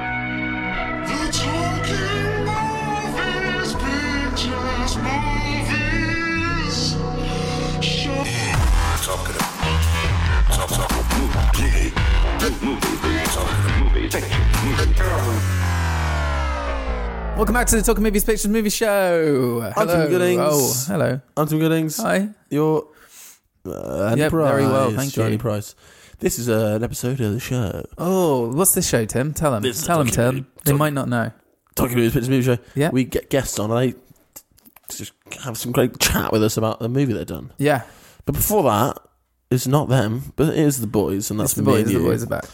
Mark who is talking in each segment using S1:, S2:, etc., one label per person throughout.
S1: The talking movies, pictures, movies. Show. Talking talk, talk, movie, movie, talking movie,
S2: Welcome back to the Talking Movies Pictures Movie Show.
S3: I'm Tim Goodings.
S2: Oh, hello.
S3: I'm Tim Goodings.
S2: Hi.
S3: You're uh, Andy
S2: Yep,
S3: Price.
S2: very well, thank you.
S3: Johnny Price. This is uh, an episode of the show.
S2: Oh, what's this show, Tim? Tell them.
S3: This is
S2: Tell them,
S3: Talking
S2: Tim.
S3: Movie-
S2: They
S3: Talk-
S2: might not know.
S3: Talking about this pictures movie show.
S2: Yeah.
S3: We get guests on and they just have some great chat with us about the movie they've done.
S2: Yeah.
S3: But before that, it's not them, but it is the boys, and that's
S2: It's the
S3: me
S2: boys.
S3: and
S2: The
S3: you.
S2: boys are back.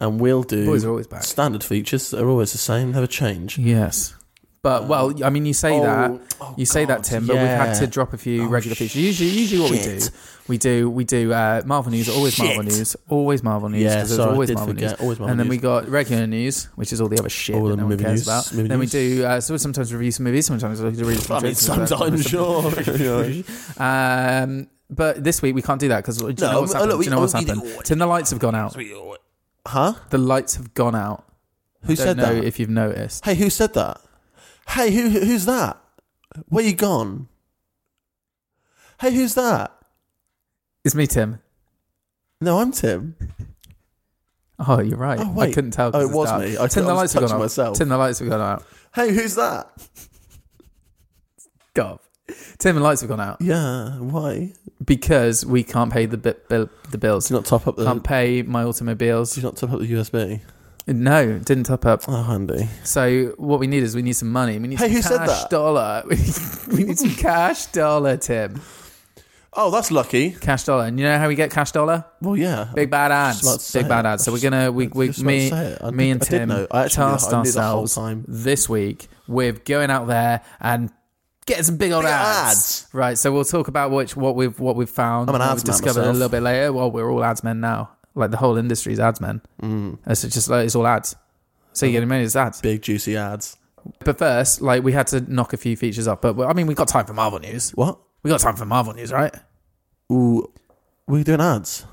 S3: And we'll do
S2: Boys are always back.
S3: standard features that are always the same, never change.
S2: Yes. But well, I mean, you say
S3: Oh,
S2: that
S3: oh
S2: you say that,
S3: God,
S2: Tim. But we've had
S3: yeah.
S2: to drop a few
S3: Oh,
S2: regular features. Usually, usually what we do,
S3: shit.
S2: we do, we do uh, Marvel news. Always Marvel
S3: Shit.
S2: news. Always Marvel news.
S3: Yeah,
S2: 'cause there's
S3: sorry, I
S2: always
S3: did
S2: Marvel
S3: forget,
S2: news.
S3: always Marvel
S2: and then we
S3: news.
S2: got regular news, which is all the other shit
S3: All
S2: that
S3: the
S2: no one
S3: movie
S2: cares
S3: news,
S2: about.
S3: movie
S2: then
S3: news.
S2: we do. Uh, so sometimes review some movies. Sometimes we do really.
S3: I mean, sometimes, sure. Yeah.
S2: Um, but this week we can't do that because do you
S3: No,
S2: know what's
S3: oh,
S2: happened?
S3: look,
S2: do you know
S3: we-
S2: what's
S3: oh, we
S2: happened?
S3: did-
S2: Tim, the lights have gone out.
S3: Huh?
S2: The lights have gone out.
S3: Who
S2: Don't
S3: said
S2: know
S3: that?
S2: if you've noticed.
S3: Hey, who said that? Hey, who who- who's that? Where you gone? Hey, who's that?
S2: It's me, Tim.
S3: No, I'm Tim.
S2: Oh, you're right.
S3: Oh, wait.
S2: I couldn't tell. 'cause
S3: Oh, it
S2: it's
S3: was
S2: dark.
S3: me. I-
S2: Tim,
S3: I
S2: the
S3: was
S2: lights have gone
S3: touching
S2: out.
S3: myself.
S2: Tim, the lights have gone out.
S3: Hey, who's that?
S2: God. Tim, the lights have gone out
S3: Yeah, why?
S2: because we can't pay the bi- bill, the bills.
S3: Did you not top up the?
S2: Can't pay my automobiles.
S3: Did you not top up the USB?
S2: No, didn't top up.
S3: Oh, handy.
S2: So what we need is we need some money. We need
S3: Hey,
S2: some
S3: who
S2: cash
S3: said that?
S2: dollar. We need, we need some cash dollar, Tim.
S3: Oh, that's lucky.
S2: Cash dollar. And you know how we get cash dollar?
S3: Well, yeah.
S2: Big bad
S3: just
S2: ads.
S3: about to
S2: Big
S3: say
S2: bad
S3: it.
S2: ads. So
S3: I
S2: we're
S3: was
S2: gonna we
S3: I was
S2: we
S3: just about to
S2: me
S3: say it. I
S2: me
S3: did-
S2: and
S3: I did
S2: Tim
S3: know. I actually knew-
S2: tasked
S3: I knew the whole
S2: ourselves
S3: time.
S2: this week with going out there and getting some big old
S3: Big
S2: ads.
S3: ads.
S2: Right. So we'll talk about which what we've what we've found.
S3: I'm an
S2: what
S3: ads
S2: we've
S3: man
S2: discovered a
S3: myself.
S2: little bit later. Well, we're all ads men now. Like the whole industry's ads men. Mm. It's just like it's all ads. So you get a million it's ads.
S3: Big juicy ads.
S2: But first, like we had to knock a few features up. But well, I mean, we got time for Marvel news.
S3: What?
S2: We got time for Marvel news, right?
S3: Ooh, were you doing ads?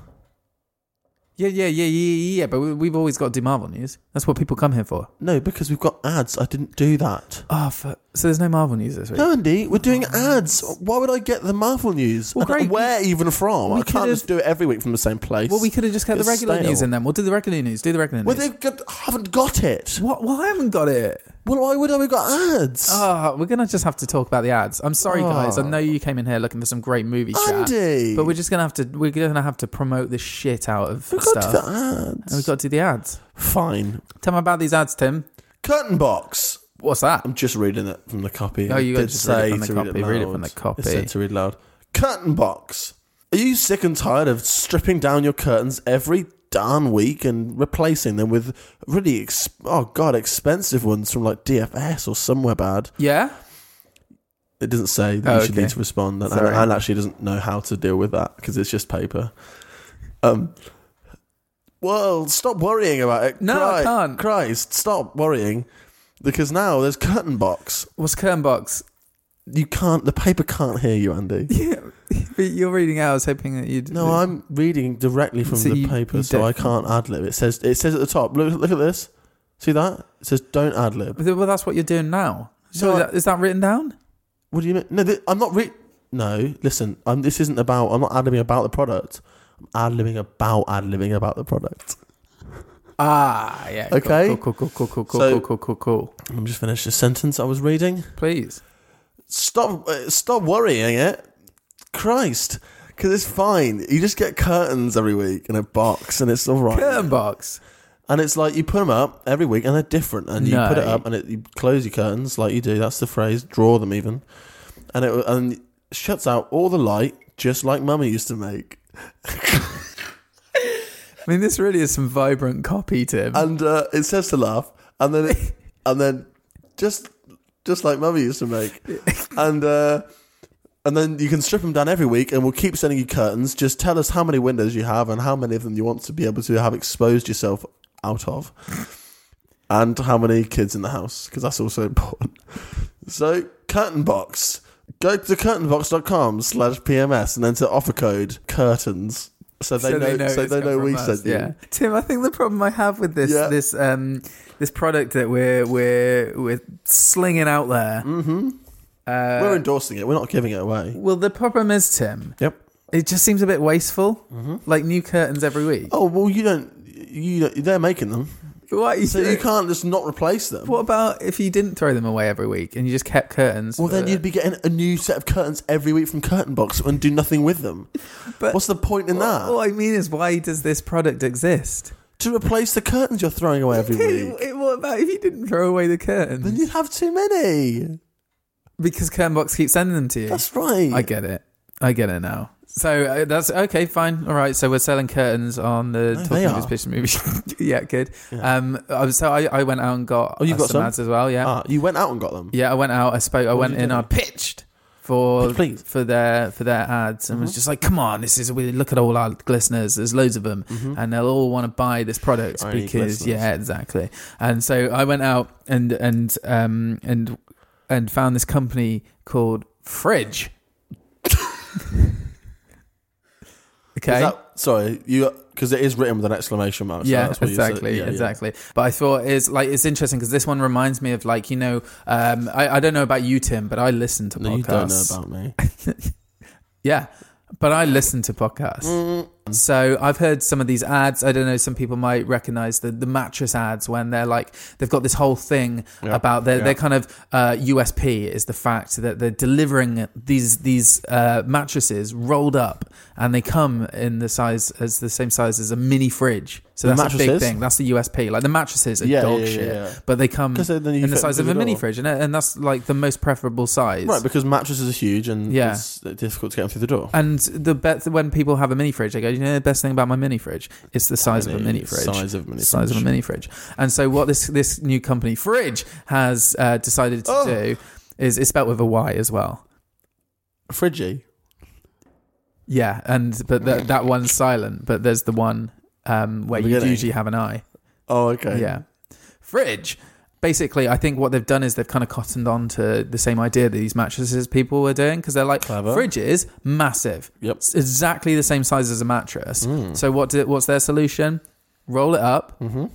S2: Yeah, yeah, yeah, yeah, yeah. But we- we've always got to do Marvel news. That's what people come here for.
S3: No, because we've got ads. I didn't do that.
S2: Oh, fu so there's no Marvel news this week.
S3: No, Andy, we're doing ads. Why would I get the Marvel news?
S2: Well, great.
S3: Where even from?
S2: we
S3: I can't
S2: could've-
S3: just do it every week from the same place.
S2: Well, we could have just kept the
S3: It's
S2: regular
S3: stale.
S2: news in then. We'll do the regular news. Do the regular
S3: Well,
S2: news.
S3: they got- haven't got it.
S2: What? Well, I haven't got it.
S3: Well, why would I? We got ads.
S2: Oh, we're gonna just have to talk about the ads. I'm sorry, guys. I know you came in here looking for some great movie chat,
S3: Andy!
S2: but we're just gonna have to we're gonna have to promote the shit out of
S3: we got
S2: stuff.
S3: to the ads.
S2: And we've got to do the ads.
S3: Fine.
S2: Tell me about these ads, Tim.
S3: Curtain box.
S2: What's that?
S3: I'm just reading it from the copy.
S2: Oh, you
S3: It
S2: gotta
S3: did
S2: just read it
S3: say
S2: from the
S3: to
S2: copy, read it from
S3: loud.
S2: the copy.
S3: It said to read loud. Curtain box. Are you sick and tired of stripping down your curtains every darn week and replacing them with really, ex- oh god, expensive ones from like DFS or somewhere bad?
S2: Yeah.
S3: It doesn't say that
S2: Oh,
S3: you should
S2: okay.
S3: need to respond, and
S2: Sorry.
S3: Anne actually doesn't know how to deal with that because it's just paper. Um, well, stop worrying about it.
S2: No, I can't.
S3: Christ, stop worrying because now there's curtain box.
S2: What's Kernbox?
S3: You can't. The paper can't hear you, Andy.
S2: But you're reading out. I was hoping that you'd.
S3: No, I'm reading directly from
S2: So
S3: the
S2: you-
S3: paper,
S2: you
S3: so I
S2: don't-
S3: can't ad lib. It says. It says at the top. Look, look at this. See that? It says don't ad lib.
S2: Well, that's what you're doing now. So
S3: No,
S2: is,
S3: I-
S2: that, is that written down?
S3: What do you mean? No, th- I'm not. Re- no, listen. I'm, this isn't about. I'm not adding about the product. ad libbing about ad libbing about the product.
S2: Ah, yeah. cool,
S3: Okay.
S2: Cool, cool, cool, cool, cool,
S3: So-
S2: cool, cool, cool, cool.
S3: I'm just finished a sentence I was reading.
S2: Please.
S3: Stop, uh, stop worrying it, Christ, because it's fine. You just get curtains every week in a box, and it's all right.
S2: Curtain box.
S3: And it's like you put them up every week, and they're different. And you
S2: No.
S3: put it up, and it, you close your curtains like you do. That's the phrase. Draw them even, and it and shuts out all the light, just like Mummy used to make.
S2: I mean, this really is some vibrant copy, Tim.
S3: And uh, it says to laugh, and then it, and then just just like Mummy used to make, and. Uh, and then you can strip them down every week, and we'll keep sending you curtains. Just tell us how many windows you have and how many of them you want to be able to have exposed yourself out of, and how many kids in the house, because that's also important. So, curtain box. Go to curtainbox.com slash PMS and enter offer code curtains. So they know. so
S2: it's
S3: they
S2: come
S3: know
S2: from
S3: we
S2: us,
S3: sent you.
S2: Yeah, Tim. I think the problem I have with this
S3: Yeah.
S2: this um this product that we're we're we're slinging out there.
S3: Mm.
S2: Uh,
S3: We're endorsing it. We're not giving it away.
S2: Well, the problem is, Tim.
S3: Yep.
S2: It just seems a bit wasteful. Like new curtains every week.
S3: Mm-hmm. Oh well, you don't. You don't- they're making them,
S2: what you
S3: so you can't just not replace them.
S2: What about if you didn't throw them away every week and you just kept curtains?
S3: Well,
S2: for-
S3: then you'd be getting a new set of curtains every week from Curtain Box and do nothing with them.
S2: But-
S3: What's the point in that?
S2: What I mean is, why does this product exist?
S3: to replace the curtains you're throwing away every
S2: Tim,
S3: week.
S2: what about if you didn't throw away the curtains?
S3: Then you'd have too many.
S2: because Kernbox keeps sending them to you.
S3: That's right.
S2: I get it. I get it now. So uh, that's okay, fine, all right. So we're selling curtains on the
S3: No, they
S2: Talking
S3: are.
S2: Suspicious movie. yeah, good. Um, I was- so I, I went out and got
S3: Oh, you've
S2: uh,
S3: got some?
S2: ads as well. Yeah,
S3: Ah, you went out and got them.
S2: yeah. I went out. I spoke. I went
S3: did you
S2: in.
S3: do?
S2: I pitched for
S3: Pitch, please. Mm-hmm.
S2: for their for their ads and was just like, come on, this is we look at all our listeners. There's loads of them,
S3: Mm-hmm.
S2: and they'll all want to buy this product
S3: Shiny
S2: because
S3: glisteners.
S2: yeah, exactly. And so I went out and and um and and found this company called Fridge. okay. eh?
S3: Is that, sorry, you because it is written with an exclamation mark. so
S2: yeah,
S3: that's what you said.
S2: exactly,
S3: Yeah, yeah.
S2: exactly. But I thought is like it's interesting because this one reminds me of like you know um, I I don't know about you Tim, but I listen to
S3: No,
S2: podcasts.
S3: you don't know about me.
S2: Yeah. But I listen to podcasts.
S3: Mm.
S2: So I've heard some of these ads. I don't know, some people might recognize the, the mattress ads when they're like, they've got this whole thing about their, their kind of uh, USP is the fact that they're delivering these, these uh, mattresses rolled up and they come in the size as the same size as a mini fridge. So
S3: The
S2: that's a big
S3: mattresses?
S2: thing. That's the USP. Like the mattresses are
S3: Yeah,
S2: dog
S3: yeah, yeah,
S2: shit,
S3: yeah.
S2: but they come
S3: 'Cause then- then you
S2: in the
S3: fit
S2: size
S3: them
S2: of
S3: through
S2: a
S3: the
S2: mini
S3: door.
S2: fridge. And, and that's like the most preferable size.
S3: Right, because mattresses are huge and
S2: Yeah.
S3: it's difficult to get them through the door.
S2: And the bet when people have a mini fridge, they go, you know, the best thing about my mini fridge it's the size of a
S3: Tiny
S2: mini fridge,
S3: size of a mini
S2: size of
S3: fridge.
S2: a mini fridge. And so what this this new company Fridge has uh, decided to
S3: Oh.
S2: do is it's spelled with a Y as well.
S3: Fridgy.
S2: Yeah, and but that that one's silent, but there's the one um, where
S3: The
S2: you
S3: beginning.
S2: usually have an I.
S3: Oh, okay.
S2: Yeah. Fridge. Basically, I think what they've done is they've kind of cottoned on to the same idea that these mattresses people were doing because they're like
S3: Clever.
S2: fridges, massive.
S3: Yep. Mm.
S2: It's exactly the same size as a mattress. So what do, what's their solution? Roll it up,
S3: Mm-hmm.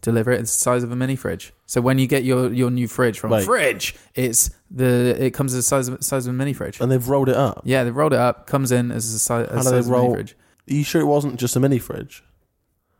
S2: deliver it. It's the size of a mini fridge. So when you get your, your new fridge from
S3: Wait.
S2: fridge, it's the it comes as the size of, size of a mini fridge.
S3: And they've rolled it up.
S2: yeah, they rolled it up, comes in as the size,
S3: How
S2: as
S3: do
S2: size
S3: they
S2: of a mini
S3: roll? Are
S2: fridge.
S3: you sure it wasn't just a mini fridge?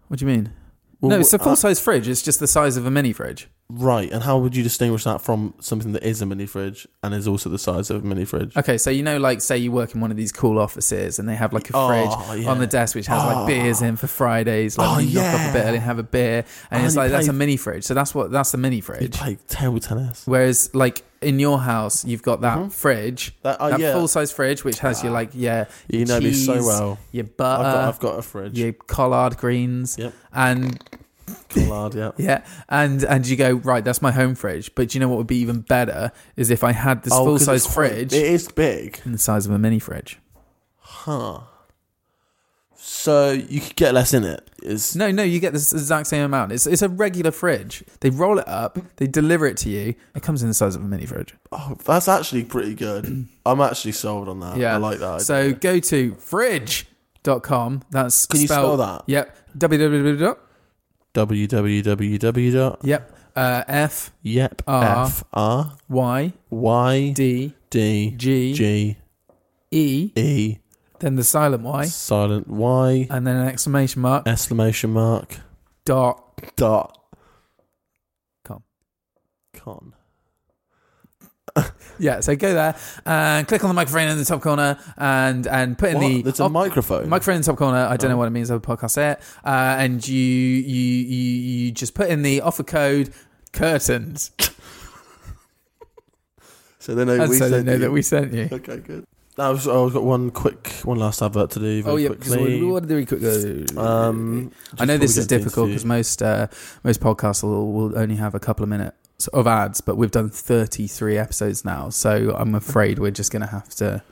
S2: What do you mean?
S3: Well,
S2: no, it's a
S3: wh-
S2: full
S3: uh,
S2: size fridge. It's just the size of a mini fridge.
S3: Right, and how would you distinguish that from something that is a mini fridge and is also the size of a mini fridge?
S2: Okay, so you know, like, say you work in one of these cool offices, and they have like a
S3: Oh,
S2: fridge
S3: yeah.
S2: on the desk which has like beers in for Fridays. Like,
S3: Oh,
S2: you knock up a
S3: yeah.
S2: bit and have a beer, and
S3: Oh,
S2: it's
S3: you
S2: like that's
S3: play-
S2: a mini fridge. So that's what that's the mini
S3: You
S2: fridge.
S3: play table tennis.
S2: Whereas, like in your house, you've got that fridge, that,
S3: Mm-hmm. That- oh, yeah.
S2: full size fridge, which has your like, yeah,
S3: You
S2: your
S3: know me so
S2: cheese,
S3: well.
S2: Your
S3: I've,
S2: butter,
S3: got, I've got a fridge.
S2: your collard greens,
S3: Yep.
S2: and
S3: Collard, yeah.
S2: yeah, and and you go right. That's my home fridge. But do you know what would be even better is if I had this
S3: Oh, 'cause
S2: full size
S3: it's quite-
S2: fridge Mm.
S3: It is big.
S2: in the size of a mini fridge.
S3: So you could get less in it. It's,
S2: No, no, you get this exact same amount. It's it's a regular fridge. They roll it up, they deliver it to you. It comes in the size of a mini fridge.
S3: oh, that's actually pretty good. I'm actually sold on that.
S2: Yeah,
S3: I like that.
S2: So
S3: idea.
S2: go to fridge.com. That's
S3: Can you
S2: spelled,
S3: spell that?
S2: Yep. www. dot-
S3: www. dot
S2: Yep. Uh, F
S3: Yep.
S2: R.
S3: F R
S2: Y
S3: Y D
S2: D
S3: D
S2: G
S3: G
S2: E
S3: E
S2: then the silent Y,
S3: Silent Y.
S2: and then an exclamation mark,
S3: Exclamation mark.
S2: dot
S3: Dot.
S2: com.
S3: Con.
S2: Yeah, so go there and click on the microphone in the top corner and and put in
S3: What?
S2: the
S3: There's a
S2: op-
S3: microphone.
S2: Microphone in the top corner. I
S3: Oh.
S2: don't know what it means. Other podcasts say it. Uh, and you you you you just put in the offer code curtains,
S3: So they know
S2: and
S3: we
S2: so they
S3: sent
S2: know
S3: you.
S2: that we sent you.
S3: Okay, good. That was, oh, I've got one quick, one last advert to do. Very
S2: Oh yeah, because
S3: quickly.
S2: what do we cook?
S3: Um,
S2: I know this
S3: before we
S2: is
S3: get into
S2: difficult
S3: the-
S2: because most uh, most podcasts will, will only have a couple of minutes of ads, but we've done thirty three episodes now, so I'm afraid we're just going to have to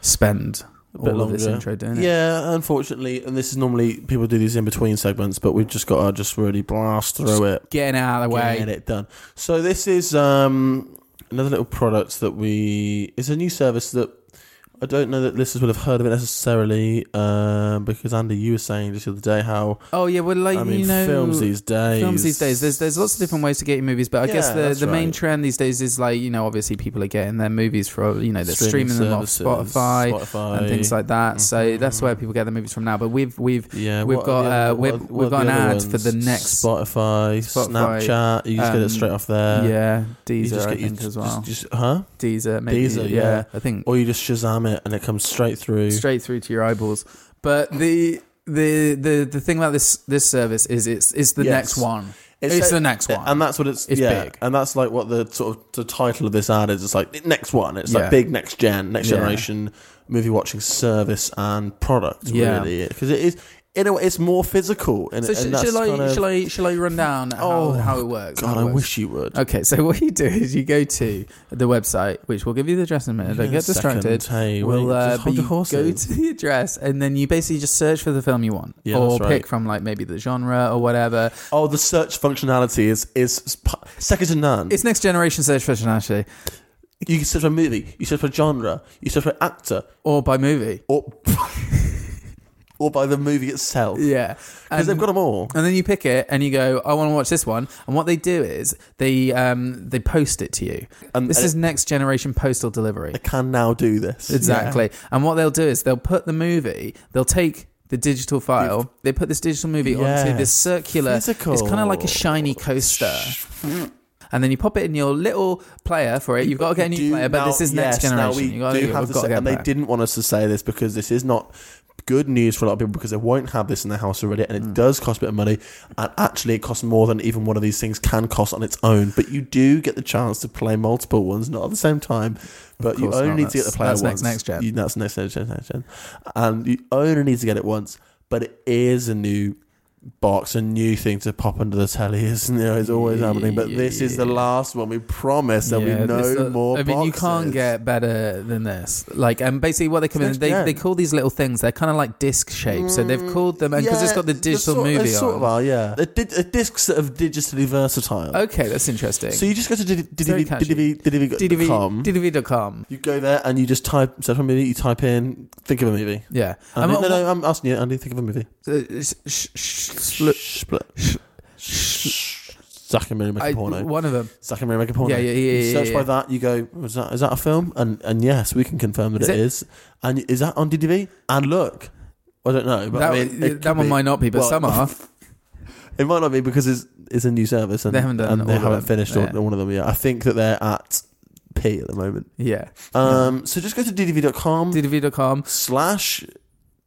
S2: spend all
S3: bit
S2: of this
S3: longer.
S2: intro doing it.
S3: Yeah, unfortunately, and this is normally people do these in between segments, but we've just got to just really blast through it,
S2: Getting out of the way.
S3: get it done. So this is um, another little product that we is a new service that I don't know that listeners will have heard of it necessarily, um, because Andy, you were saying just the other day how
S2: Oh yeah, well, like
S3: I mean
S2: you know,
S3: films these days,
S2: films these days. There's there's lots of different ways to get your movies, but I guess
S3: Yeah,
S2: the
S3: that's
S2: the main
S3: right.
S2: trend these days is like you know obviously people are getting their movies from you know they're
S3: Streaming
S2: streaming, them off
S3: services,
S2: Spotify,
S3: Spotify. Mm-hmm.
S2: and things like that. So that's where people get their movies from now. But we've we've
S3: Yeah,
S2: we've
S3: what are
S2: got
S3: the other-
S2: uh, we've,
S3: what are- what
S2: we've
S3: are
S2: got an
S3: the
S2: ad
S3: other
S2: for the
S3: ones?
S2: next
S3: Spotify,
S2: Spotify,
S3: Snapchat. You just get
S2: um,
S3: it straight off there.
S2: yeah
S3: uh, you
S2: Deezer
S3: just
S2: I
S3: get you
S2: think as
S3: just-
S2: well
S3: just- huh?
S2: Deezer maybe
S3: Deezer,
S2: yeah,
S3: yeah.
S2: I think
S3: Or you just Shazam it and it comes straight through.
S2: straight through to your eyeballs. But the the the the thing about this this service is it's it's the
S3: Yes.
S2: next one. It's,
S3: so-
S2: the next one.
S3: and that's what it's,
S2: It's
S3: yeah,
S2: big.
S3: and that's like what the sort of the title of this ad is. It's like next one. It's
S2: Yeah.
S3: like big next gen, next
S2: Yeah.
S3: generation movie watching service and product.
S2: Yeah.
S3: really, because it is in a way it's more physical. And,
S2: So
S3: and
S2: sh-
S3: that's
S2: shall I
S3: kind of-
S2: shall I shall I run down how,
S3: Oh,
S2: how it works?
S3: God,
S2: how it
S3: I
S2: works?
S3: wish you would.
S2: Okay, so what you do is you go to the website, which we'll give you the address in a minute. Don't
S3: Yeah,
S2: get distracted.
S3: second. Hey,
S2: we'll
S3: wait,
S2: uh,
S3: just
S2: but
S3: hold your
S2: you go
S3: horses.
S2: to the address, and then you basically just search for the film you want,
S3: Yeah,
S2: or
S3: that's right.
S2: pick from like maybe the genre or whatever.
S3: Oh, the search functionality is is p- second to none.
S2: It's next generation search functionality,
S3: you can search for movie, you search for genre, you search for actor,
S2: or by movie.
S3: or or by the movie itself.
S2: Yeah,
S3: because they've got them all.
S2: And Uh, then you pick it, and you go, "I want to watch this one." And what they do is they um, they post it to you.
S3: And-
S2: this
S3: and
S2: is next generation postal delivery.
S3: They can now do this.
S2: Exactly. And what they'll do is they'll put the movie, they'll take the digital file, they put this digital movie onto this
S3: Yes.
S2: circular.
S3: Physical.
S2: It's kind of like a shiny coaster. And then you pop it in your little player for it. You've got to get a
S3: Do
S2: new player, but
S3: now-
S2: this is next
S3: yes, now
S2: generation.
S3: we
S2: you gotta,
S3: do
S2: we've
S3: have to
S2: got
S3: say-
S2: to get
S3: and they
S2: back.
S3: didn't want us to say this because this is not good news for a lot of people because they won't have this in their house already, and it
S2: Hmm.
S3: does cost a bit of money. And actually, it costs more than even one of these things can cost on its own. But you do get the chance to play multiple ones, not at the same time. But you
S2: course not.
S3: only need to get
S2: That's-
S3: the player
S2: that's next-
S3: once.
S2: next gen.
S3: You, that's next next gen, next gen, and you only need to get it once. But it is a new box, a new thing to pop under the telly, isn't there? It's always happening. But this is the last one we promise, and
S2: Yeah,
S3: we know
S2: this- uh,
S3: more.
S2: I mean, you can't
S3: boxes.
S2: get better than this. Like, and basically, what they come in,
S3: next
S2: they,
S3: gen. Mm,
S2: they call these little things. They're kind of like disc shaped, so they've called them, and because it's got the
S3: it's
S2: digital
S3: sort,
S2: movie
S3: it's sort
S2: on.
S3: of are, yeah. The, di- the discs that are digitally versatile.
S2: okay, that's interesting.
S3: So you just go to did- did-
S2: Very
S3: did-
S2: catchy.
S3: did- did- did- com.
S2: DDV, DDV.com.
S3: You go there and you just type search for a movie. You type in think of a movie.
S2: Yeah.
S3: Andy,
S2: I'm-
S3: no, no, I'm asking you, Andy. Think of a movie.
S2: Uh, sh- sh- sh- look,
S3: Split.
S2: sh-
S3: Zack and Mary make
S2: I-
S3: a porno.
S2: one of them.
S3: Zack and Mary make a porno.
S2: Yeah, yeah, yeah,
S3: You
S2: yeah,
S3: search
S2: yeah,
S3: by
S2: yeah.
S3: that. You go. Is that is that a film? And and yes, we can confirm that
S2: Is
S3: it
S2: it-
S3: is. And is that on DDV? And look, I don't know. But
S2: That,
S3: I mean, it could
S2: that one
S3: be.
S2: might not be, but
S3: Well,
S2: some are.
S3: It might not be because it's it's a new service and
S2: They haven't done
S3: and they
S2: all of
S3: haven't
S2: them,
S3: finished
S2: yeah.
S3: all, one of them yet. I think that they're at P at the moment.
S2: Yeah.
S3: Um, So just go to ddv.com
S2: DDV.com.
S3: slash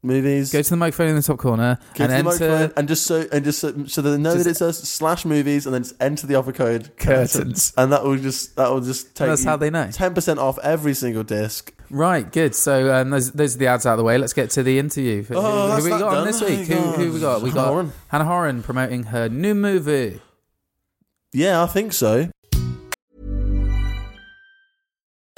S3: movies.
S2: Go to the microphone in the top corner
S3: Go
S2: and
S3: to the microphone
S2: enter.
S3: and just so and just so, so they know
S2: Just-
S3: that it says slash movies and then just enter the offer code
S2: Curtains.
S3: and that will just that will just take
S2: That's how they know.
S3: ten percent off every single disc.
S2: Right, good. So um, those, those are the ads out of the way. Let's get to the interview. Who-
S3: Oh,
S2: who
S3: that's
S2: we
S3: that
S2: got on
S3: done.
S2: this week? Who, who we got? We
S3: Hannah
S2: got
S3: Horan.
S2: Hannah Horan promoting her new movie.
S3: Yeah, I think so.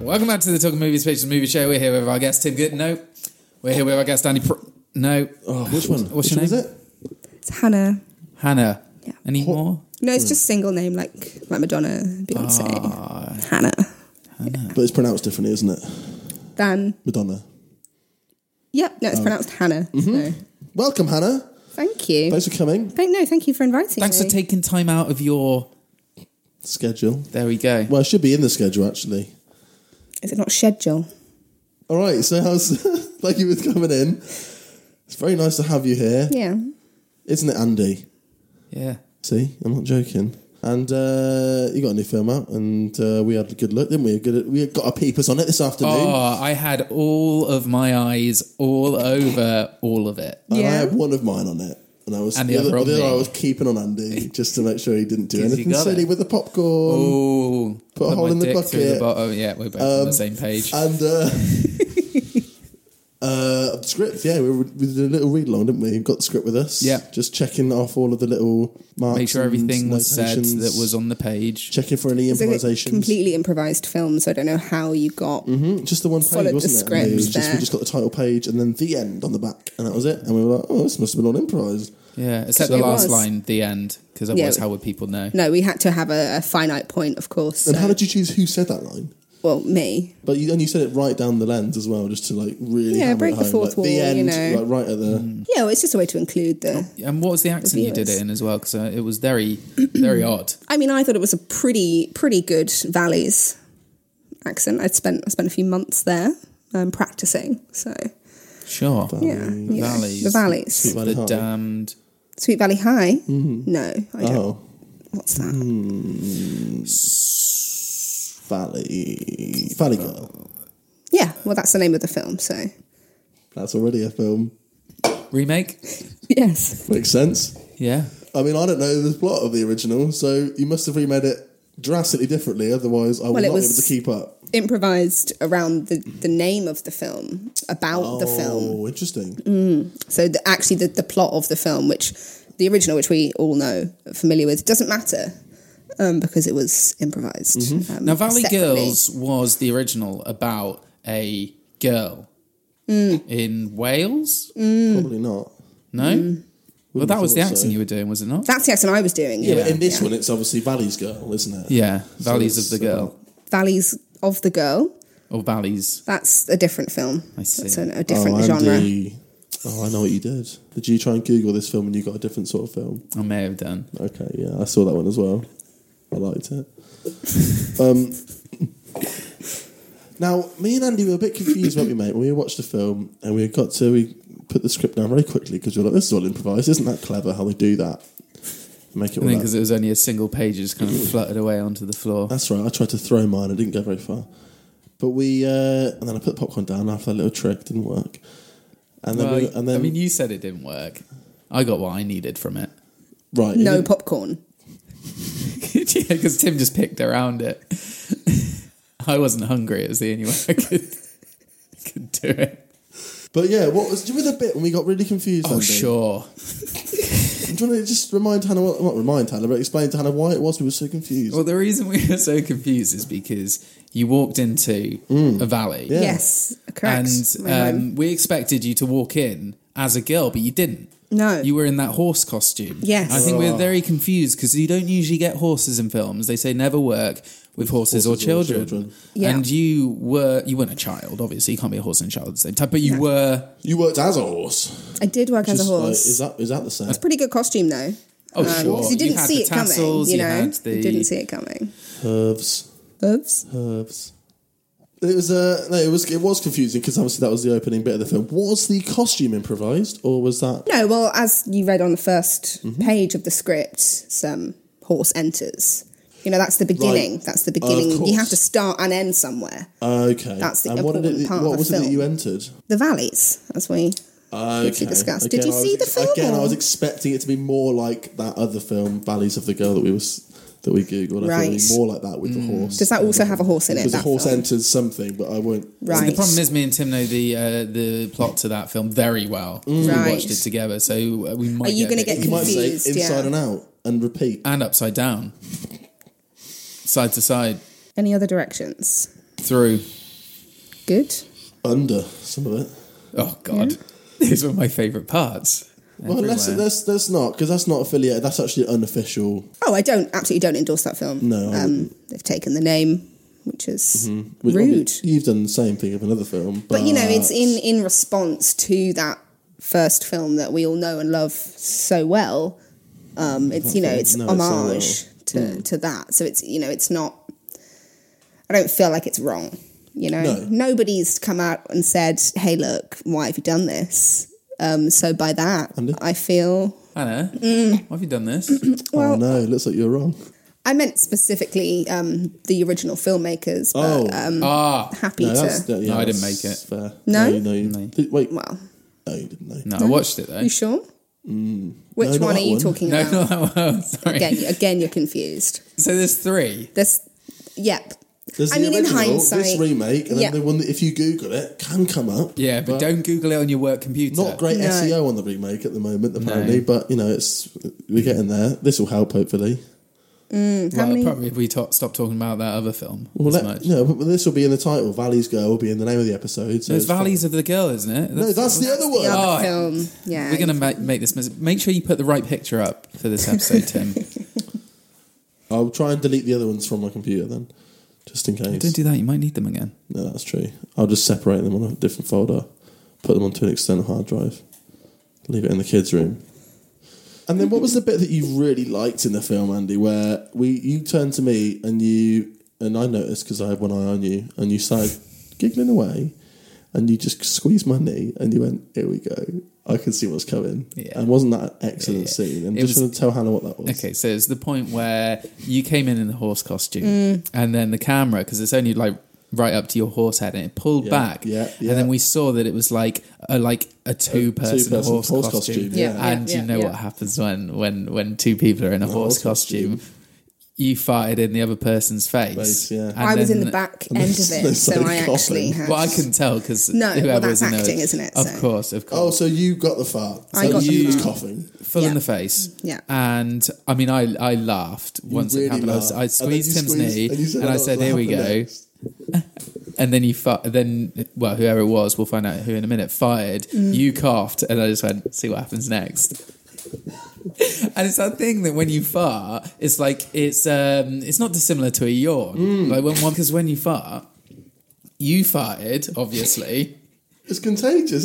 S2: Welcome back to the Talking Movies Pictures Movie Show. We're here with our guest Tim Good. No, we're here with our guest Andy. Pr- no,
S3: Oh, which one?
S2: What's
S3: which
S2: your
S3: one
S2: name?
S3: is it?
S1: It's Hannah.
S2: Hannah.
S1: Yeah.
S2: Any more?
S1: No,
S3: Hmm.
S1: it's just single name like like Madonna, Beyonce,
S3: Ah.
S1: Hannah.
S3: But it's pronounced differently, isn't it?
S1: Then,
S3: Madonna.
S1: yep, no, it's
S3: Oh.
S1: pronounced Hannah.
S3: Mm-hmm.
S1: So,
S3: Welcome, Hannah.
S1: thank you.
S3: Thanks for coming.
S1: Thank- no, thank you for inviting
S2: Thanks
S1: me.
S2: for taking time out of your.
S3: Schedule.
S2: There we go.
S3: Well, it should be in the schedule actually.
S1: Is it not schedule?
S3: All right. So, how's thank you for coming in. It's very nice to have you here,
S1: Yeah.
S3: not it, Andy?
S2: Yeah.
S3: See, I'm not joking. And uh, you got a new film out, and uh, we had a good look, didn't we? A good, we got our peepers on it this afternoon.
S2: Oh, I had all of my eyes all over all of it.
S3: And I
S1: Yeah.
S3: had one of mine on it. And I was
S2: And
S3: and
S2: the
S3: the,
S2: other
S3: other,
S2: on
S3: the other
S2: me.
S3: I was keeping on Andy just to make sure he didn't do
S2: 'Cause you
S3: anything
S2: got
S3: silly
S2: it.
S3: with the popcorn.
S2: Oh,
S3: Put a hole in the bucket.
S2: bottom. oh, Yeah, we're both on the same page.
S3: Um, And uh, uh, the script, yeah, we, were- we did a little read along, didn't we? We Got the script with us.
S2: Yeah.
S3: Just checking off all of the little marks.
S2: Make sure
S3: and
S2: everything was said
S3: notations,
S2: that was on the page.
S3: Checking for any
S1: It's like a
S3: improvisations.
S1: completely improvised film, so I don't know how you got.
S3: Mm-hmm. Hmm? Just the one page,
S1: Followed the
S3: wasn't it?
S1: script
S3: We just,
S1: there.
S3: we just got the title page and then the end on the back, and that was it. And we were like, oh, this must have been all improvised.
S2: Yeah, except the
S1: It
S2: last
S1: was.
S2: line, the end, because otherwise,
S1: Yeah.
S2: how would people know?
S1: No, we had to have a, a finite point, of course.
S3: And
S1: so-
S3: how did you choose who said that line?
S1: well, me.
S3: But you, and you said it right down the lens as well, just to like really
S1: Yeah,
S3: hammer
S1: break
S3: it
S1: the
S3: home.
S1: fourth
S3: like,
S1: wall,
S3: The
S1: you
S3: end,
S1: know.
S3: like, right at the.
S1: Yeah, well, it's just a way to include
S3: Oh.
S1: the.
S2: And what was the accent you did
S1: viewers.
S2: it in as well? Because uh, it was very, very odd.
S1: I mean, I thought it was a pretty, pretty good Valleys accent. I'd spent I spent a few months there um, practicing. So
S2: Sure.
S1: yeah, you know,
S2: Valleys.
S1: the valleys.
S3: Sweet Valley
S2: The
S3: High.
S2: damned.
S1: Sweet Valley High? No, I don't.
S3: Oh,
S1: What's that?
S3: Valley Valley Girl.
S1: Yeah, well, that's the name of the film, so.
S3: That's already a film.
S2: Remake?
S1: Yes.
S3: Makes sense.
S2: Yeah.
S3: I mean, I don't know the plot of the original, so you must have remade it drastically differently. Otherwise, I would
S1: Well, it
S3: not be
S1: was-
S3: able to keep up.
S1: Improvised around the, the name of the film, about the film.
S3: Oh, interesting.
S1: So, the, actually, the, the plot of the film, which the original, which we all know, are familiar with, doesn't matter um, because it was improvised. um,
S2: Now, Valley
S1: separately.
S2: Girls was the original about a girl
S1: Mm.
S2: in Wales.
S3: Probably not.
S2: No,
S1: Mm.
S2: well, that
S3: have
S2: was the
S3: thought
S2: accent
S3: so.
S2: you were doing, was it not?
S1: That's the accent I was doing. Yeah.
S3: But in this
S1: yeah.
S3: one, it's obviously Valley's Girl, isn't it?
S2: yeah, Valleys
S3: it's,
S2: of the Girl
S1: Valleys of the Girl.
S2: or Valleys.
S1: That's a different film.
S2: I see.
S1: That's a, a
S3: Oh,
S1: different genre.
S3: Andy. Oh, I know what you did. Did you try and Google this film and you got a different sort of film?
S2: I may have done.
S3: Okay, yeah, I saw that one as well. I liked it. Um, now, me and Andy were a bit confused, weren't we, mate? When we watched the film and we got to, we put the script down very quickly because we were like, this is all improvised. Isn't that clever how they do that? Make it all
S2: I think
S3: that-
S2: because it was only a single page, it just kind of fluttered away onto the floor.
S3: That's right, I tried to throw mine, I didn't go very far. But we, uh, and then I put the popcorn down after that little trick, didn't work. And then,
S2: Well,
S3: we, and then
S2: I mean, you said it didn't work. I got what I needed from it.
S3: right, it
S1: No
S3: didn't-
S1: popcorn.
S2: yeah, because Tim just picked around it. I wasn't hungry. It was the only way I could, could do it.
S3: But yeah, what was do you remember the bit when we got really confused?
S2: Oh,
S3: Andy?
S2: sure.
S3: Do you want to just remind Hannah? What, not remind Hannah, but explain to Hannah why it was we were so confused.
S2: Well, the reason we were so confused is because you walked into a valley.
S4: Yes, correct.
S2: And
S4: My
S2: um,
S4: home.
S2: we expected you to walk in as a girl, but you didn't.
S4: no,
S2: You were in that horse costume.
S4: Yes.
S2: I think we we're very confused because you don't usually get horses in films. They say never work with horses, or,
S3: horses or
S2: children.
S3: children.
S4: Yeah.
S2: And you were you weren't a child, obviously. You can't be a horse and a child at the same time, but you were
S3: you worked as a horse.
S4: I did work as a
S3: Just like,
S4: horse.
S3: is that is that the same?
S4: Pretty good costume though.
S2: Oh sure.
S4: 'cause Uh, you didn't
S2: had
S4: see
S2: the
S4: it
S2: tassels,
S4: coming. You know,
S2: had the-
S4: didn't see it coming.
S3: Herbs,
S4: Oops.
S3: herbs. It was uh, no, it was it was confusing because obviously that was the opening bit of the film. Was the costume improvised or was that?
S4: No, Oh, well, as you read on the 1st page of the script, some horse enters. You know, that's the beginning. That's the beginning. you
S3: course.
S4: have to start and end somewhere.
S3: Okay,
S4: That's the
S3: and what, did
S4: important
S3: it,
S4: part
S3: what
S4: of
S3: was it that
S4: film.
S3: you entered?
S4: The valleys, as we
S3: Okay.
S4: discussed. Did you
S3: I
S4: see
S3: was,
S4: the film?
S3: Again, I was expecting it to be more like that other film, Valleys of the Girl, that we was that we googled. I thought it would
S4: Right.
S3: be more like that
S2: Mm.
S3: with the horse.
S4: Does that also have a horse in it,
S3: Because the
S4: that
S3: horse
S4: film?
S3: enters something, but I won't.
S4: right.
S2: The problem is, me and Tim know the uh, the plot to that film very well. 'cause
S4: Right.
S2: We watched it together, so uh, we might.
S4: Are you
S2: going to
S4: get
S3: You might say
S4: Confused,
S3: inside
S4: yeah.
S3: and out and repeat.
S2: and upside down, side to side,
S4: Any other directions?
S2: through.
S4: Good.
S3: Under some of it.
S2: Oh God, these were my favourite parts.
S3: Well, unless
S2: Everywhere.
S3: that's that's not because that's not affiliated. That's actually unofficial,
S4: Oh, I don't absolutely don't endorse that film.
S3: No, Mm-hmm. I
S4: um, they've taken the name, which is
S3: which
S4: rude.
S3: obvi- You've done the same thing of another film, but,
S4: but you know, it's in in response to that first film that we all know and love so well. Um, it's you know,
S3: Okay.
S4: it's
S3: No, it's uh, hmm. so
S4: homage to to that. So it's you know, it's not. I don't feel like it's wrong. You know,
S3: No.
S4: nobody's come out and said, "Hey, look, why have you done this?" Um, so by that, I feel
S2: Hannah, why have you done this?
S3: oh no, it looks like you're wrong.
S4: I meant specifically um, the original filmmakers. But um,
S3: Oh,
S2: Ah,
S4: happy
S3: no, that's,
S4: to.
S3: yeah,
S2: No, I didn't
S3: that's
S2: make it.
S3: Fair.
S4: No?
S3: no, you- did- wait,
S4: Well,
S3: no, you didn't. No.
S2: no, I watched it though.
S4: you sure? Which
S3: Mm. No, not
S4: one are
S3: that
S4: you
S3: one.
S4: talking
S2: No,
S4: about?
S2: no, that one. Sorry.
S4: Again, again, you're confused.
S2: So there's three.
S4: This, yep.
S3: There's
S4: I
S3: the
S4: mean, in
S3: original, this
S4: hindsight-
S3: remake, and
S4: Yeah.
S3: then the one that if you Google it can come up.
S2: Yeah, but, don't Google it on your work computer.
S3: Not great
S4: No.
S3: SEO on the remake at the moment, apparently. But you know, it's we're getting there. This will help, hopefully.
S4: How
S2: Well,
S4: many?
S2: probably if we ta stop talking about that other film.
S3: Well,
S2: as
S3: let,
S2: much.
S3: no, but this will be in the title. Valley's Girl will be in the name of the episode. So
S2: There's
S3: it's fine.
S2: Valleys of the Girl, isn't it?
S3: No, that's the other one.
S4: The other
S2: Oh.
S4: film. Yeah.
S2: We're going to make, make this. mis- Make sure you put the right picture up for this episode, Tim.
S3: I'll try and delete the other ones from my computer then, just in case.
S2: Don't do that. You might need them again.
S3: No, that's true. I'll just separate them on a different folder, put them onto an external hard drive, leave it in the kids' room. And then, what was the bit that you really liked in the film, Andy? Where we you turned to me and you and I noticed because I had one eye on you, and you started giggling away, and you just squeezed my knee, and you went, "Here we go." I can see what's coming.
S2: Yeah.
S3: And wasn't that an excellent scene? I'm
S2: It
S3: just
S2: was-
S3: going to tell Hannah what that was.
S2: Okay, so it's the point where you came in in the horse costume, and then the camera, because it's only like right up to your horse head, and it pulled
S3: Yeah,
S2: back.
S3: yeah, yeah.
S2: And then we saw that it was like a like a two person
S3: two-person
S2: horse,
S3: horse
S2: costume.
S3: costume, Yeah,
S4: yeah.
S2: and
S4: yeah,
S2: you know
S4: yeah.
S2: what happens when when when two people are in a horse,
S3: horse costume.
S2: costume. You farted in the other person's face.
S3: Face, yeah.
S2: And
S4: I was in
S2: then-
S4: the back end of it,
S3: there's
S4: so
S3: no
S4: I actually
S3: coughing.
S4: had.
S2: Well, I couldn't tell because
S4: No, well,
S2: whoever
S4: that's
S2: was in there-
S4: acting, isn't it?
S2: Of
S4: So-
S2: course, of course.
S3: Oh, so you got the fart.
S4: I
S3: So
S4: got the
S3: you was
S4: fart.
S3: coughing.
S2: full
S4: Yeah. Mm,
S2: in the face.
S4: Yeah.
S2: And I mean, I I laughed once
S3: really
S2: it happened. I, was, I
S3: laughed. And then
S2: squeezed
S3: you
S2: Tim's
S3: squeezed-
S2: knee
S3: and
S2: and,
S3: you said, "Oh,
S2: I
S3: that's
S2: said,
S3: what
S2: "Here we go."
S3: happened next."
S2: And then you fi- then well, whoever it was, we'll find out who in a minute. Fired.
S4: Mm.
S2: You coughed, and I just went, "See what happens next." and it's that thing that when you fart, it's like it's um it's not dissimilar to a yawn.
S3: Mm.
S2: Like when one because when you fart, you farted obviously.
S3: It's contagious,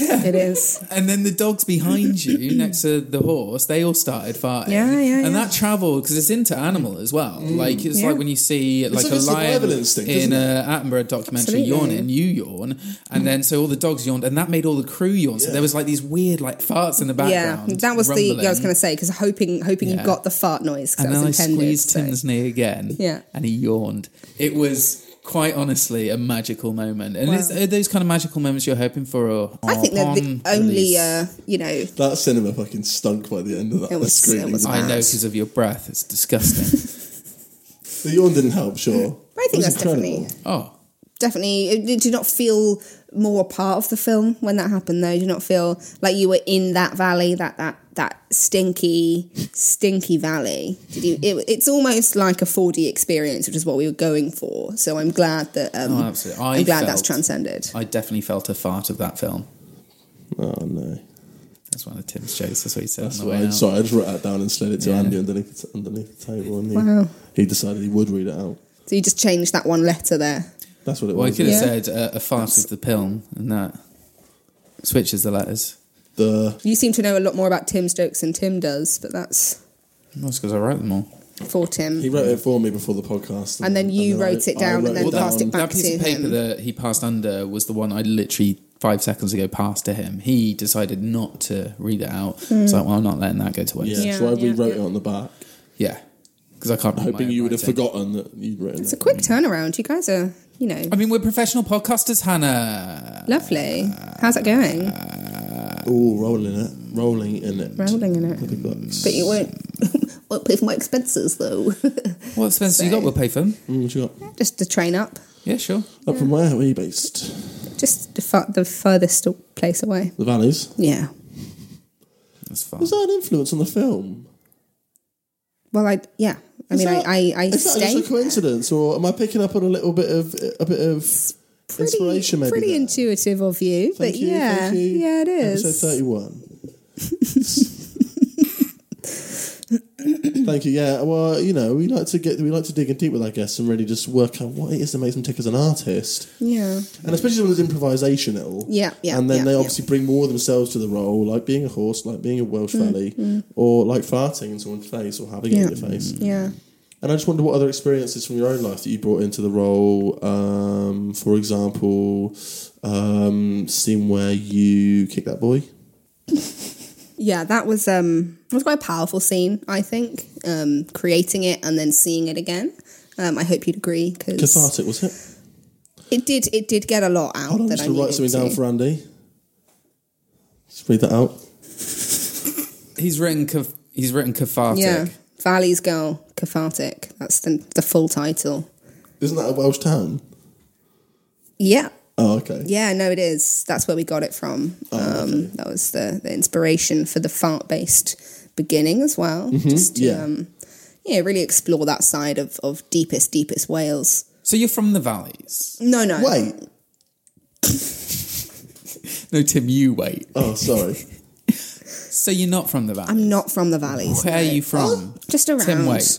S3: it?
S4: It is.
S2: And then the dogs behind you, next to the horse, they all started farting.
S4: Yeah, yeah,
S2: And
S4: yeah.
S2: that travelled because it's into animal as well. Like it's
S4: Yeah.
S2: like when you see like,
S3: like
S2: a
S3: a survival
S2: lion
S3: instinct,
S2: in
S3: isn't it?
S2: a Attenborough documentary
S4: Absolutely.
S2: yawning, you yawn, and then so all the dogs yawned, and that made all the crew yawn. So there was like these weird like farts in the
S4: Yeah,
S2: background.
S4: that was the. Yeah, I was
S2: rumbling.
S4: going to say because hoping, hoping you
S2: Yeah.
S4: got the fart noise because
S2: And
S4: that
S2: then I
S4: was intended.
S2: squeezed
S4: so-
S2: Tim's knee again.
S4: Yeah.
S2: And he yawned. It was quite honestly a magical moment. And is,
S4: Wow.
S2: are those kind of magical moments you're hoping for? Or
S4: I think they're the
S2: upon
S4: only.
S2: release?
S4: Uh, you know,
S3: That cinema fucking stunk by the end of that.
S4: It was-
S3: the screening.
S4: it was
S2: I
S4: bad.
S2: know because of your breath. It's disgusting.
S3: The yawn didn't help, sure.
S4: I
S3: It was
S4: think that's
S3: incredible.
S4: definitely
S2: oh,
S4: definitely. it- Did you not feel more a part of the film when that happened? Though, did you not feel like you were in that valley, that that that stinky, stinky valley? Did you? It, it's almost like a 4D experience, which is what we were going for. So I'm glad that. Um,
S2: Oh, absolutely. I
S4: I'm glad
S2: felt-
S4: that's transcended.
S2: I definitely felt a fart of that film.
S3: Oh no.
S2: That's one of Tim's jokes. That's what he said.
S3: That's
S2: on the
S3: what
S2: way
S3: I,
S2: out.
S3: sorry, I just wrote that down and slid it to
S2: Yeah.
S3: Andy underneath the, t- underneath the table, and he,
S4: Wow.
S3: he decided he would read it out.
S4: So you just changed that one letter there.
S3: That's what it
S2: Well, I
S3: was.
S2: could have
S3: yeah.
S2: said uh, a fart of the film and that switches the letters.
S3: The
S4: You seem to know a lot more about Tim's jokes than Tim does, but that's
S2: that's because I wrote them all.
S4: for Tim.
S3: He wrote it for me before the podcast,
S4: And then you wrote
S3: I-
S4: it
S3: I
S4: down and then
S3: down.
S4: passed it back
S2: that piece
S4: to
S2: of paper
S4: him.
S2: that he passed under was the one I literally five seconds ago passed to him. He decided not to read it out. It's
S4: Hmm.
S2: like, well, I'm not letting that go to waste.
S3: Yeah, so I rewrote it on the back,
S2: Yeah, because I can't. read my
S3: hoping
S2: own
S3: you would have
S2: writing.
S3: forgotten that you'd written
S4: It's a
S3: it.
S4: quick turnaround. You guys are, you know,
S2: I mean, we're professional podcasters, Hannah.
S4: lovely. How's that going?
S3: Oh, rolling it, rolling in it,
S4: Rolling in it.
S3: Big bucks.
S4: But you won't won't pay for my expenses though.
S2: What expenses you got? We'll pay for them.
S3: Mm, what you got?
S4: just to train up,
S2: Yeah, sure.
S3: Up from where? Where are you based?
S4: just the, fu- the furthest place away.
S3: The Valleys.
S4: Yeah.
S2: That's fine.
S3: Was that an influence on the film?
S4: Well, I yeah. I
S3: Is
S4: mean,
S3: that-
S4: I I, I
S3: Is that
S4: stay
S3: just a coincidence, or am I picking up on a little bit of a bit of inspiration? Maybe
S4: pretty
S3: there?
S4: intuitive of you,
S3: Thank
S4: but
S3: you,
S4: yeah,
S3: thank you.
S4: yeah, it is.
S3: Episode 31. Thank you. Yeah. Well, you know, we like to get we like to dig in deep with our guests and really just work out what it is that makes them tick as an artist,
S4: Yeah.
S3: and especially when there's improvisational.
S4: Yeah, yeah,
S3: And then
S4: yeah,
S3: they
S4: yeah.
S3: obviously bring more of themselves to the role, like being a horse, like being a Welsh valley, or like farting in someone's face or having it in your face.
S4: Mm, Yeah. Mm.
S3: And I just wonder what other experiences from your own life that you brought into the role. Um, for example, um, scene where you kick that boy.
S4: yeah that was um it was quite a powerful scene i think um creating it and then seeing it again um i hope you'd agree because
S3: Cathartic, was it?
S4: it did it did get a lot out
S3: Hold on,
S4: that
S3: just
S4: i
S3: to
S4: needed
S3: write something down
S4: to.
S3: for Andy. Just read that out.
S2: He's written. Kaf- he's written cathartic.
S4: yeah valley's girl cathartic that's the, the full title
S3: Isn't that a Welsh town?
S4: yeah
S3: Oh, okay.
S4: yeah no it is that's where we got it from um that was the, the inspiration for the fart based beginning as well just to
S3: yeah.
S4: um yeah really explore that side of of deepest deepest wales
S2: So you're from the valleys.
S4: no no
S3: Wait.
S2: No, Tim, you wait.
S3: Oh, sorry.
S2: So you're not from the valleys.
S4: i'm not from the valleys
S2: Where are
S4: no.
S2: you from?
S4: Just around.
S2: Tim, wait.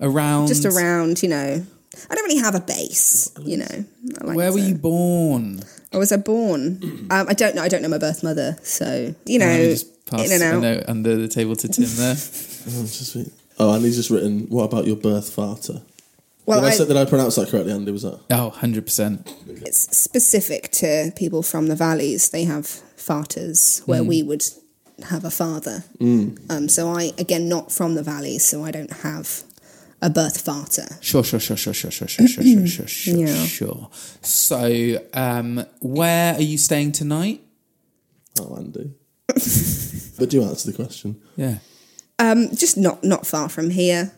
S2: Around.
S4: Just around, you know. I don't really have a base, you know. I like
S2: Where were
S4: to-
S2: you born?
S4: I was I born. Um, I don't know. I don't know my birth mother, so you know,
S2: Let me just pass
S4: in and
S2: a
S4: out.
S2: note under the table to Tim there.
S3: Oh, just read- oh, Andy's just written. What about your birth farter?
S4: Well,
S3: did I,
S4: I,
S3: say, did I pronounce that correctly? Andy was that?
S2: oh, 100%.
S4: it's specific to people from the valleys. They have farters where
S3: Mm.
S4: we would have a father. Um, so I, again, not from the valleys, so I don't have a birth farter.
S2: Sure, sure, sure, sure, sure, sure, sure, sure, sure, sure, sure,
S4: Yeah.
S2: sure. So, um, where are you staying tonight?
S3: Oh, Andy. but do answer the question.
S2: Yeah.
S4: Um, just not not far from here.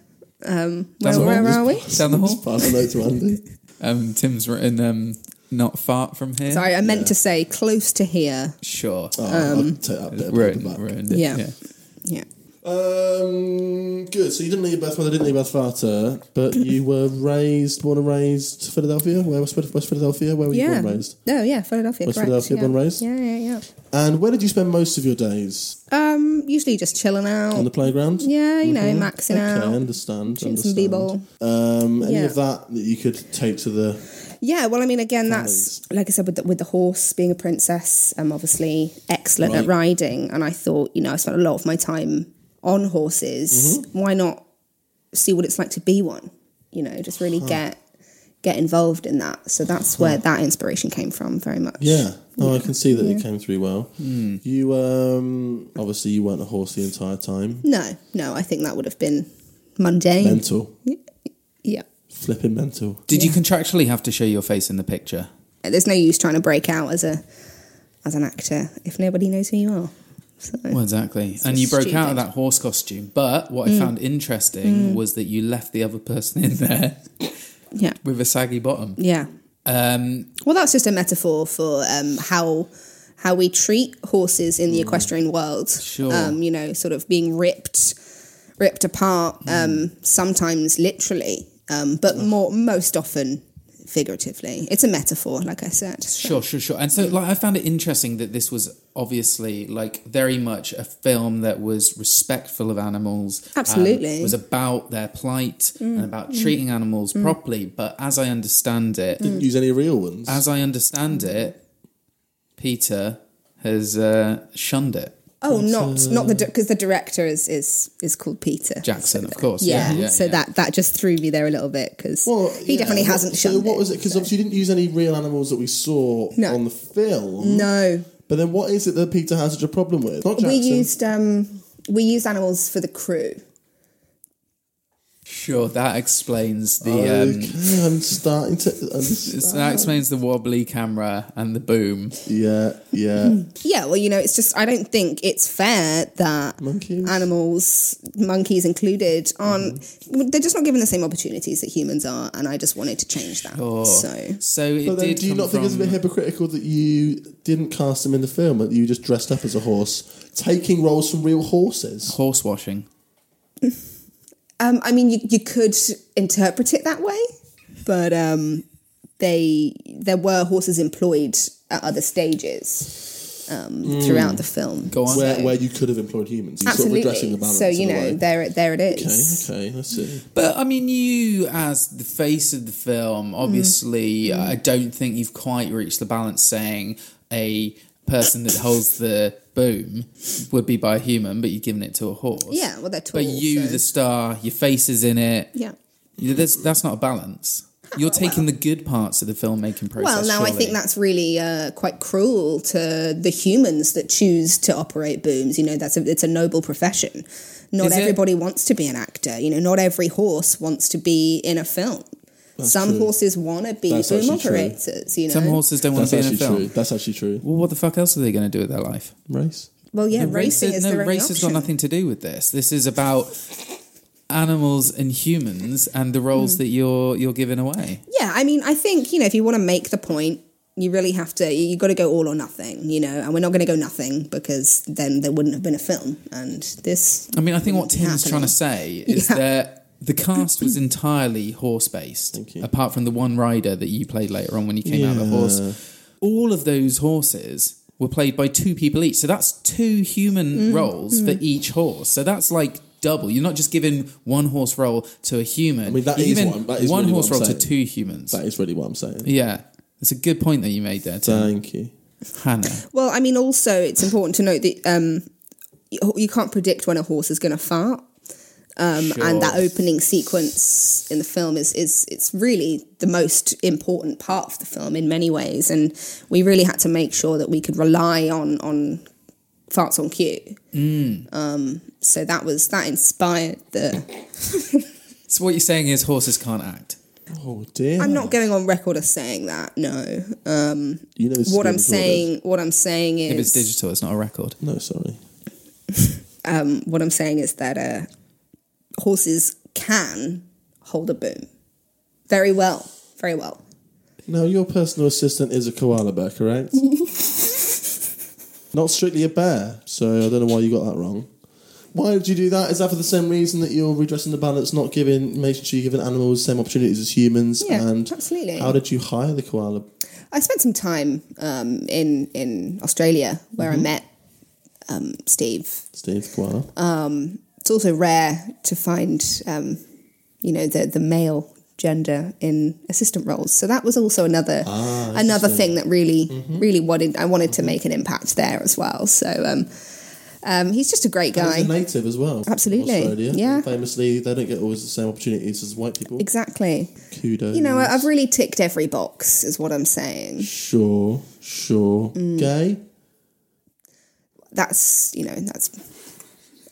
S4: Um, where,
S2: Down the
S4: where
S2: hall.
S4: are we?
S2: Down the
S3: Just
S2: hall?
S3: pass a note to Andy.
S2: Um, Tim's written um, not far from here.
S4: Sorry, Uh, I meant to say close to here.
S2: Sure.
S3: Oh, I'll take that bit of paper
S2: ruined,
S3: back.
S2: ruined it.
S4: Yeah.
S2: yeah.
S4: Yeah.
S3: Um, good. So you didn't leave Beth Mother, didn't leave Beth Farter, but you were raised, born and raised Philadelphia. Where was West Philadelphia? Where were you
S4: yeah.
S3: born and raised?
S4: No, yeah, Philadelphia.
S3: West
S4: correct,
S3: Philadelphia,
S4: yeah.
S3: born and raised?
S4: Yeah, yeah, yeah.
S3: And where did you spend most of your days?
S4: Um, usually just chilling out.
S3: On the playground?
S4: Oh, yeah, you know, maxing
S3: Okay, I
S4: out.
S3: understand.
S4: Shooting some
S3: understand.
S4: b-ball.
S3: Um, any
S4: Yeah.
S3: of that that you could take to the
S4: Yeah, well, I mean, again, that's like I said with the, with the horse being a princess. I'm obviously excellent at
S3: Right.
S4: riding, and I thought, you know, I spent a lot of my time on horses.
S3: Mm-hmm.
S4: Why not see what it's like to be one? You know, just really get get involved in that. So that's where that inspiration came from, very much.
S3: Yeah. No, I can see that it came through well.
S4: Hmm.
S3: You um, obviously you weren't a horse the entire time.
S4: No, no, I think that would have been mundane.
S3: Mental,
S4: Yeah.
S3: flipping mental.
S2: Did you contractually have to show your face in the picture?
S4: there's no use trying to break out as a as an actor if nobody knows who you are. So
S2: Well, exactly. and you broke out of
S4: stupid. Mm.
S2: that horse costume. But what I found interesting was that you left the other person in there
S4: yeah,
S2: with a saggy bottom.
S4: yeah,
S2: Um,
S4: Well, that's just a metaphor for um, how how we treat horses in the
S3: Mm.
S4: equestrian world.
S2: Sure.
S4: Um, you know, sort of being ripped ripped apart,
S3: Mm.
S4: um, sometimes literally, um, but more most often figuratively. It's a metaphor, like I said. So-
S2: Sure, sure, sure. And so, like, I found it interesting that this was obviously like very much a film that was respectful of animals. um,
S4: Absolutely.
S2: was about their plight and
S4: Mm.
S2: about
S4: Mm.
S2: treating animals
S4: Mm.
S2: properly. But as I understand it,
S4: Didn't
S3: use any real ones.
S2: As I understand it, Peter has uh, shunned it.
S4: Oh, not not
S3: uh,
S4: the because the director is is is called Peter
S2: Jackson, of course.
S4: Yeah,
S2: Yeah, yeah,
S4: so
S2: yeah.
S4: that that just threw me there a little bit because he
S3: Yeah,
S4: definitely
S3: what-
S4: hasn't
S3: So
S4: shown.
S3: what was it? Because obviously you didn't use any real animals that we saw
S4: No.
S3: on the film.
S4: No.
S3: But then what is it that Peter has such a problem with? Not Jackson.
S4: We used um we used animals for the crew.
S2: Sure, that explains the. Um,
S3: Oh, okay, I'm starting to
S2: so that
S3: understand.
S2: explains the wobbly camera and the boom.
S3: Yeah, yeah.
S4: Yeah, well, you know, it's just I don't think it's fair that animals, monkeys included, aren't
S3: Mm-hmm.
S4: they're just not given the same opportunities that humans are, and I just wanted to change that.
S2: Sure.
S4: So
S2: it
S3: but then,
S2: did
S3: do you
S2: come
S3: not think it's a bit
S2: from-
S3: hypocritical that you didn't cast him in the film, that you just dressed up as a horse, taking roles from real horses?
S2: Horse washing.
S4: Um, I mean, you, you could interpret it that way, but um, they there were horses employed at other stages um, throughout the film.
S3: Where,
S4: So-
S3: where you could have employed humans. You're Mm. sort of
S4: absolutely.
S3: redressing the balance.
S4: so you
S3: in a
S4: know,
S3: way.
S4: there it there it is.
S3: Okay, okay, I see.
S2: But I mean, you as the face of the film,
S4: Mm.
S2: obviously, I don't think you've quite reached the balance saying a person that holds the boom would be by a human, but you've given it to a horse.
S4: Yeah, well, they're tall.
S2: But you,
S4: so-
S2: the star, your face is in it.
S4: yeah.
S2: You- That's, that's not a balance. You're taking the good parts of the filmmaking process.
S4: Oh, Well, now I
S2: surely.
S4: think that's really uh, quite cruel to the humans that choose to operate booms. You know, that's a, it's a noble profession. Not
S2: Is it?
S4: everybody wants to be an actor. You know, not every horse wants to be in a film.
S3: That's
S4: Some
S3: true.
S4: horses want to be
S3: That's
S4: boom
S3: actually true.
S4: operators. You know,
S2: Some horses don't want
S3: That's
S2: to be in a
S3: actually
S2: film.
S3: true. That's actually true.
S2: Well, what the fuck else are they going to do with their life?
S3: Race.
S4: Well, yeah,
S2: The
S4: racing is
S2: no,
S4: their only
S2: race has got
S4: option.
S2: nothing to do with this. This is about animals and humans and the
S4: Hmm.
S2: roles that you're you're giving away.
S4: Yeah, I mean, I think you know, if you want to make the point, you really have to. You got to go all or nothing. You know, and we're not going to go nothing because then there wouldn't have been a film. And this,
S2: I mean, I think what
S4: wouldn't be
S2: Tim's trying to say is
S4: Yeah.
S2: that the cast was entirely horse based, apart from the one rider that you played later on when you came out of the
S3: Yeah.
S2: horse. All of those horses were played by two people each, so that's two human
S5: Mm,
S2: roles
S5: mm.
S2: for each horse. So that's like double. You're not just giving one horse role to a human.
S3: I mean, that
S2: You're
S3: is
S2: giving
S3: what I'm, that is
S2: one
S3: really
S2: horse
S3: what I'm
S2: role
S3: saying.
S2: to two humans.
S3: That is really what I'm saying.
S2: Yeah, it's a good point that you made there. Tim.
S3: Thank you,
S2: Hannah.
S4: well, I mean, also it's important to note that um, you- you can't predict when a horse is going to fart. Um,
S2: Sure.
S4: And that opening sequence in the film is is it's really the most important part of the film in many ways, and we really had to make sure that we could rely on on farts on cue.
S2: Mm.
S4: Um, so that was that inspired the.
S2: So what you're saying is horses can't act.
S3: Oh dear!
S4: I'm not going on record as saying that. No. Um,
S3: You know this is
S4: what I'm
S3: being recorded.
S4: saying. What I'm saying
S2: If it's
S4: is.
S2: digital, it's not a record.
S3: No, sorry.
S4: Um, what I'm saying is that uh, horses can hold a boom very well. Very well.
S3: Now, your personal assistant is a koala bear, correct? Not strictly a bear, so I don't know why you got that wrong. Why did you do that? Is that for the same reason that you're redressing the balance, not giving, making sure you're giving animals the same opportunities as humans?
S4: Yeah,
S3: and
S4: absolutely.
S3: How did you hire the koala?
S4: I spent some time um, in in Australia where
S3: Mm-hmm.
S4: I met um, Steve
S3: Steve Koala.
S4: Um, it's also rare to find, um, you know, the the male gender in assistant roles. So that was also another
S3: Ah,
S4: another
S3: interesting. Mm-hmm.
S4: thing that really really wanted. I wanted to make an impact there as well. So um, um, he's just a great
S3: And
S4: guy.
S3: He's a native as well. from
S4: Absolutely,
S3: Australia.
S4: yeah.
S3: And famously, they don't get always the same opportunities as white people.
S4: Exactly.
S3: Kudos.
S4: You know, I- I've really ticked every box, is what I'm saying.
S3: Sure, sure.
S4: Mm.
S3: Gay?
S4: That's you know that's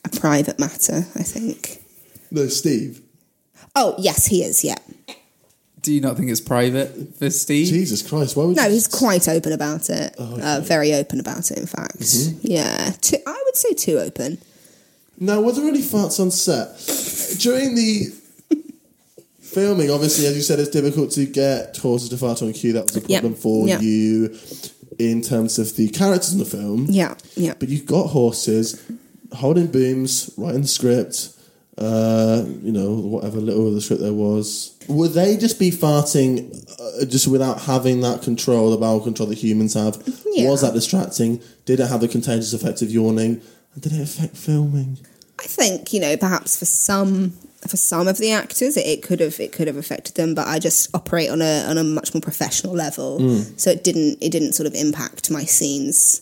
S4: a private matter. I think.
S3: No, Steve.
S4: Oh yes, he is. Yeah.
S2: Do you not think it's private for Steve?
S3: Jesus Christ, why would
S4: No, he's quite open about it.
S3: okay.
S4: Uh, very open about it, in fact.
S3: Mhm.
S4: Yeah, too, I would say too open.
S3: Now, were there any farts on set during the filming, obviously, as you said, it's difficult to get horses to fart on cue. That was a
S4: Yeah.
S3: problem for
S4: Yeah.
S3: you in terms of the characters in the film.
S4: Yeah, yeah.
S3: But you've got horses holding booms, writing script, uh, you know, whatever little of the script there was. Would they just be farting uh, just without having that control, the bowel control that humans have?
S4: Yeah.
S3: Was that distracting? Did it have the contagious effect of yawning? And did it affect filming?
S4: I think you know perhaps for some for some of the actors it, it could have it could have affected them, but I just operate on a on a much more professional level,
S3: Mm.
S4: so it didn't it didn't sort of impact my scenes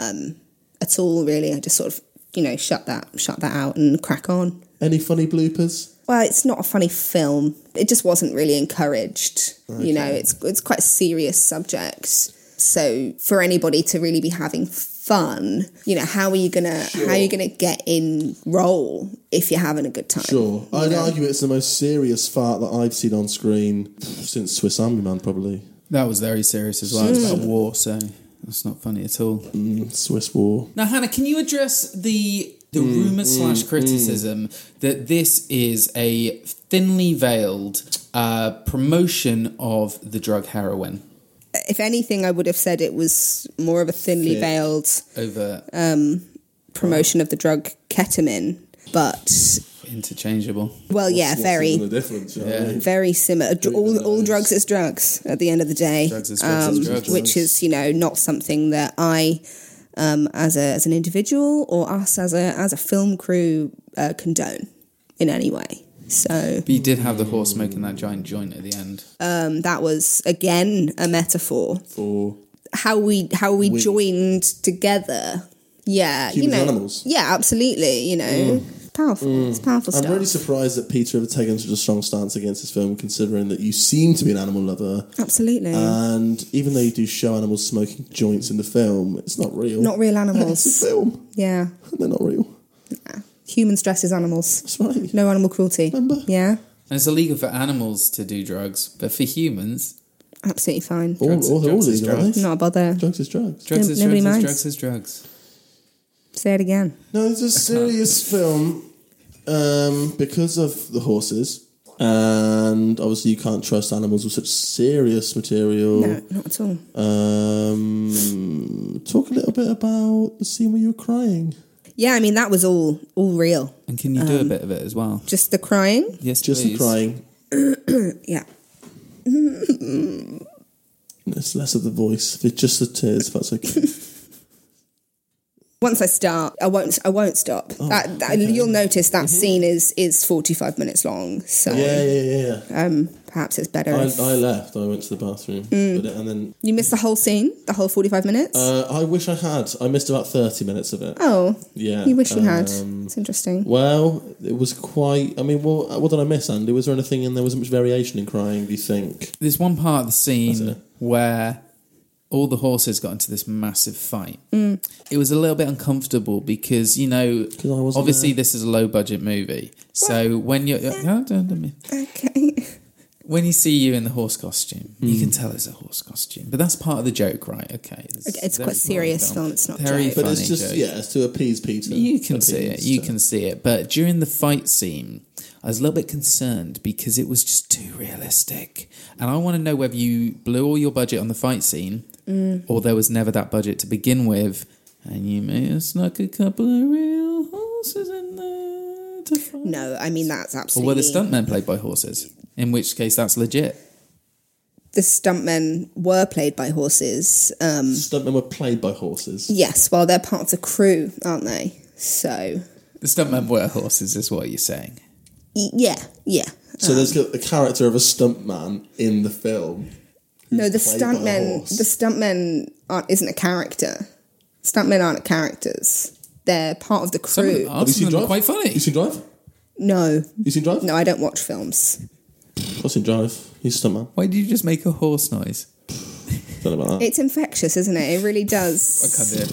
S4: um, at all. Really, I just sort of you know shut that shut that out and crack on.
S3: Any funny bloopers?
S4: Well, it's not a funny film. It just wasn't really encouraged. You know,
S3: Okay.
S4: it's it's quite a serious subject. So for anybody to really be having fun, you know, how are you gonna how are you gonna get in role if you're having a good time?
S3: Sure. I'd argue it's the most serious fart that I've seen on screen since Swiss Army Man, probably.
S2: That was very serious as well. It's about
S3: Mm.
S2: war, so that's not funny at all.
S3: Swiss War.
S2: Now, Hannah, can you address the the
S3: Mm,
S2: rumor
S3: mm,
S2: slash
S3: mm.
S2: criticism that this is a thinly veiled uh, promotion of the drug heroin
S4: If anything, I would have said it was more of a thinly
S2: Thick.
S4: veiled
S2: over
S3: Uh,
S4: um, promotion of the drug ketamine, but
S2: interchangeable?
S4: well, yeah, very
S3: difference?
S4: very similar. All, all drugs is drugs at the end of the day, Um,
S2: Drugs is drugs
S3: um,
S2: is drugs.
S4: which is you know not something that I, um, as a as an individual or us as a as a film crew uh, condone in any way. So
S2: But you did have the horse making that giant joint at the end.
S4: um, that was again a metaphor
S3: for
S4: how we how we,
S2: We.
S4: joined together. Yeah, you
S3: Humans
S4: know,
S3: and animals. Mm.
S4: Yeah, absolutely. You know, powerful. It's powerful
S3: I'm
S4: stuff.
S3: really surprised that Peter ever taken such a strong stance against this film, considering that you seem to be an animal lover.
S4: absolutely.
S3: And even though you do show animals smoking joints in the film, it's not real.
S4: Not real animals.
S3: It's a film.
S4: Yeah.
S3: They're not real.
S4: Humans dressed as animals.
S3: That's right.
S4: No animal cruelty. Yeah.
S2: And it's illegal for animals to do drugs, but for humans,
S4: Absolutely fine.
S2: All- Drugs- all- all drugs is legal, drugs. aren't
S3: Oh.
S2: they?
S4: Not a bother.
S3: Drugs is drugs.
S2: drugs
S4: No-
S2: is drugs,
S4: nobody
S2: is
S4: minds.
S2: drugs is drugs.
S4: Say it again.
S3: No, it's a serious film um, because of the horses. And obviously, you can't trust animals with such serious material.
S4: No, not at all.
S3: Um, talk a little bit about the scene where you were crying.
S4: Yeah, I mean that was all all real.
S2: And can you do a
S4: Um,
S2: bit of it as well?
S4: Just the crying.
S2: Yes,
S3: Just the
S2: please.
S3: crying.
S4: yeah.
S3: It's less of the voice. It's just the tears. If that's okay.
S4: Once I start, I won't. I won't stop.
S3: Oh,
S4: that, that, You'll notice that scene is is forty five minutes long. So
S3: Mm-hmm. yeah, yeah, yeah. yeah.
S4: Um, perhaps it's better.
S3: I,
S4: if-
S3: I left. I went to the bathroom,
S4: Mm.
S3: but, and then
S4: you missed the whole scene, the whole forty five minutes.
S3: uh, I wish I had. I missed about thirty minutes of it.
S4: oh,
S3: yeah.
S4: You wish you had.
S3: um,
S4: It's interesting.
S3: Well, it was quite. I mean, what, what did I miss, Andy? Was there anything in there? Was much variation in crying? Do you think?
S2: There's one part of the scene where all the horses got into this massive fight.
S4: Mm.
S2: It was a little bit uncomfortable because you know,
S3: wasn't
S2: obviously
S3: there.
S2: this is a low budget movie. So when you okay, when you see you in the horse costume,
S3: Hmm.
S2: you can tell it's a horse costume, but that's part of the joke, right? Okay, it's,
S4: Okay, it's
S2: very
S4: quite
S2: funny
S4: serious film, it's not
S2: very
S4: joke.
S3: But
S2: funny
S3: it's just
S2: joke.
S3: yeah, it's to appease Peter.
S2: You can
S3: Appease
S2: see it. You
S3: to-
S2: can see it. But during the fight scene, I was a little bit concerned because it was just too realistic. And I want to know whether you blew all your budget on the fight scene
S4: Mm.
S2: or there was never that budget to begin with. And you may have snuck a couple of real horses in there. To fight.
S4: No, I mean that's
S2: Or
S4: absolutely.
S2: were the stuntmen played by horses? In which case, that's legit.
S4: the stuntmen were played by horses. Um,
S3: Stuntmen were played by horses.
S4: yes, well, they're part of the crew, aren't they? So,
S2: The stuntmen were horses, is what you're saying.
S4: y- yeah, yeah.
S2: Ah.
S3: So there's got the character of a stuntman in the film.
S4: No, the
S3: played by a
S4: stuntmen.
S3: horse.
S4: The stuntmen aren't isn't a character. Stuntmen aren't characters. They're part of the
S2: Some of
S4: crew.
S2: them are, some of them are quite funny.
S3: You seen Drive?
S4: No,
S3: You seen Drive?
S4: no, I don't watch films.
S3: I've seen Drive. He's a stuntman.
S2: Why do you just make a horse noise?
S3: Don't know about that.
S4: It's infectious, isn't it? It really does
S2: I can't do it.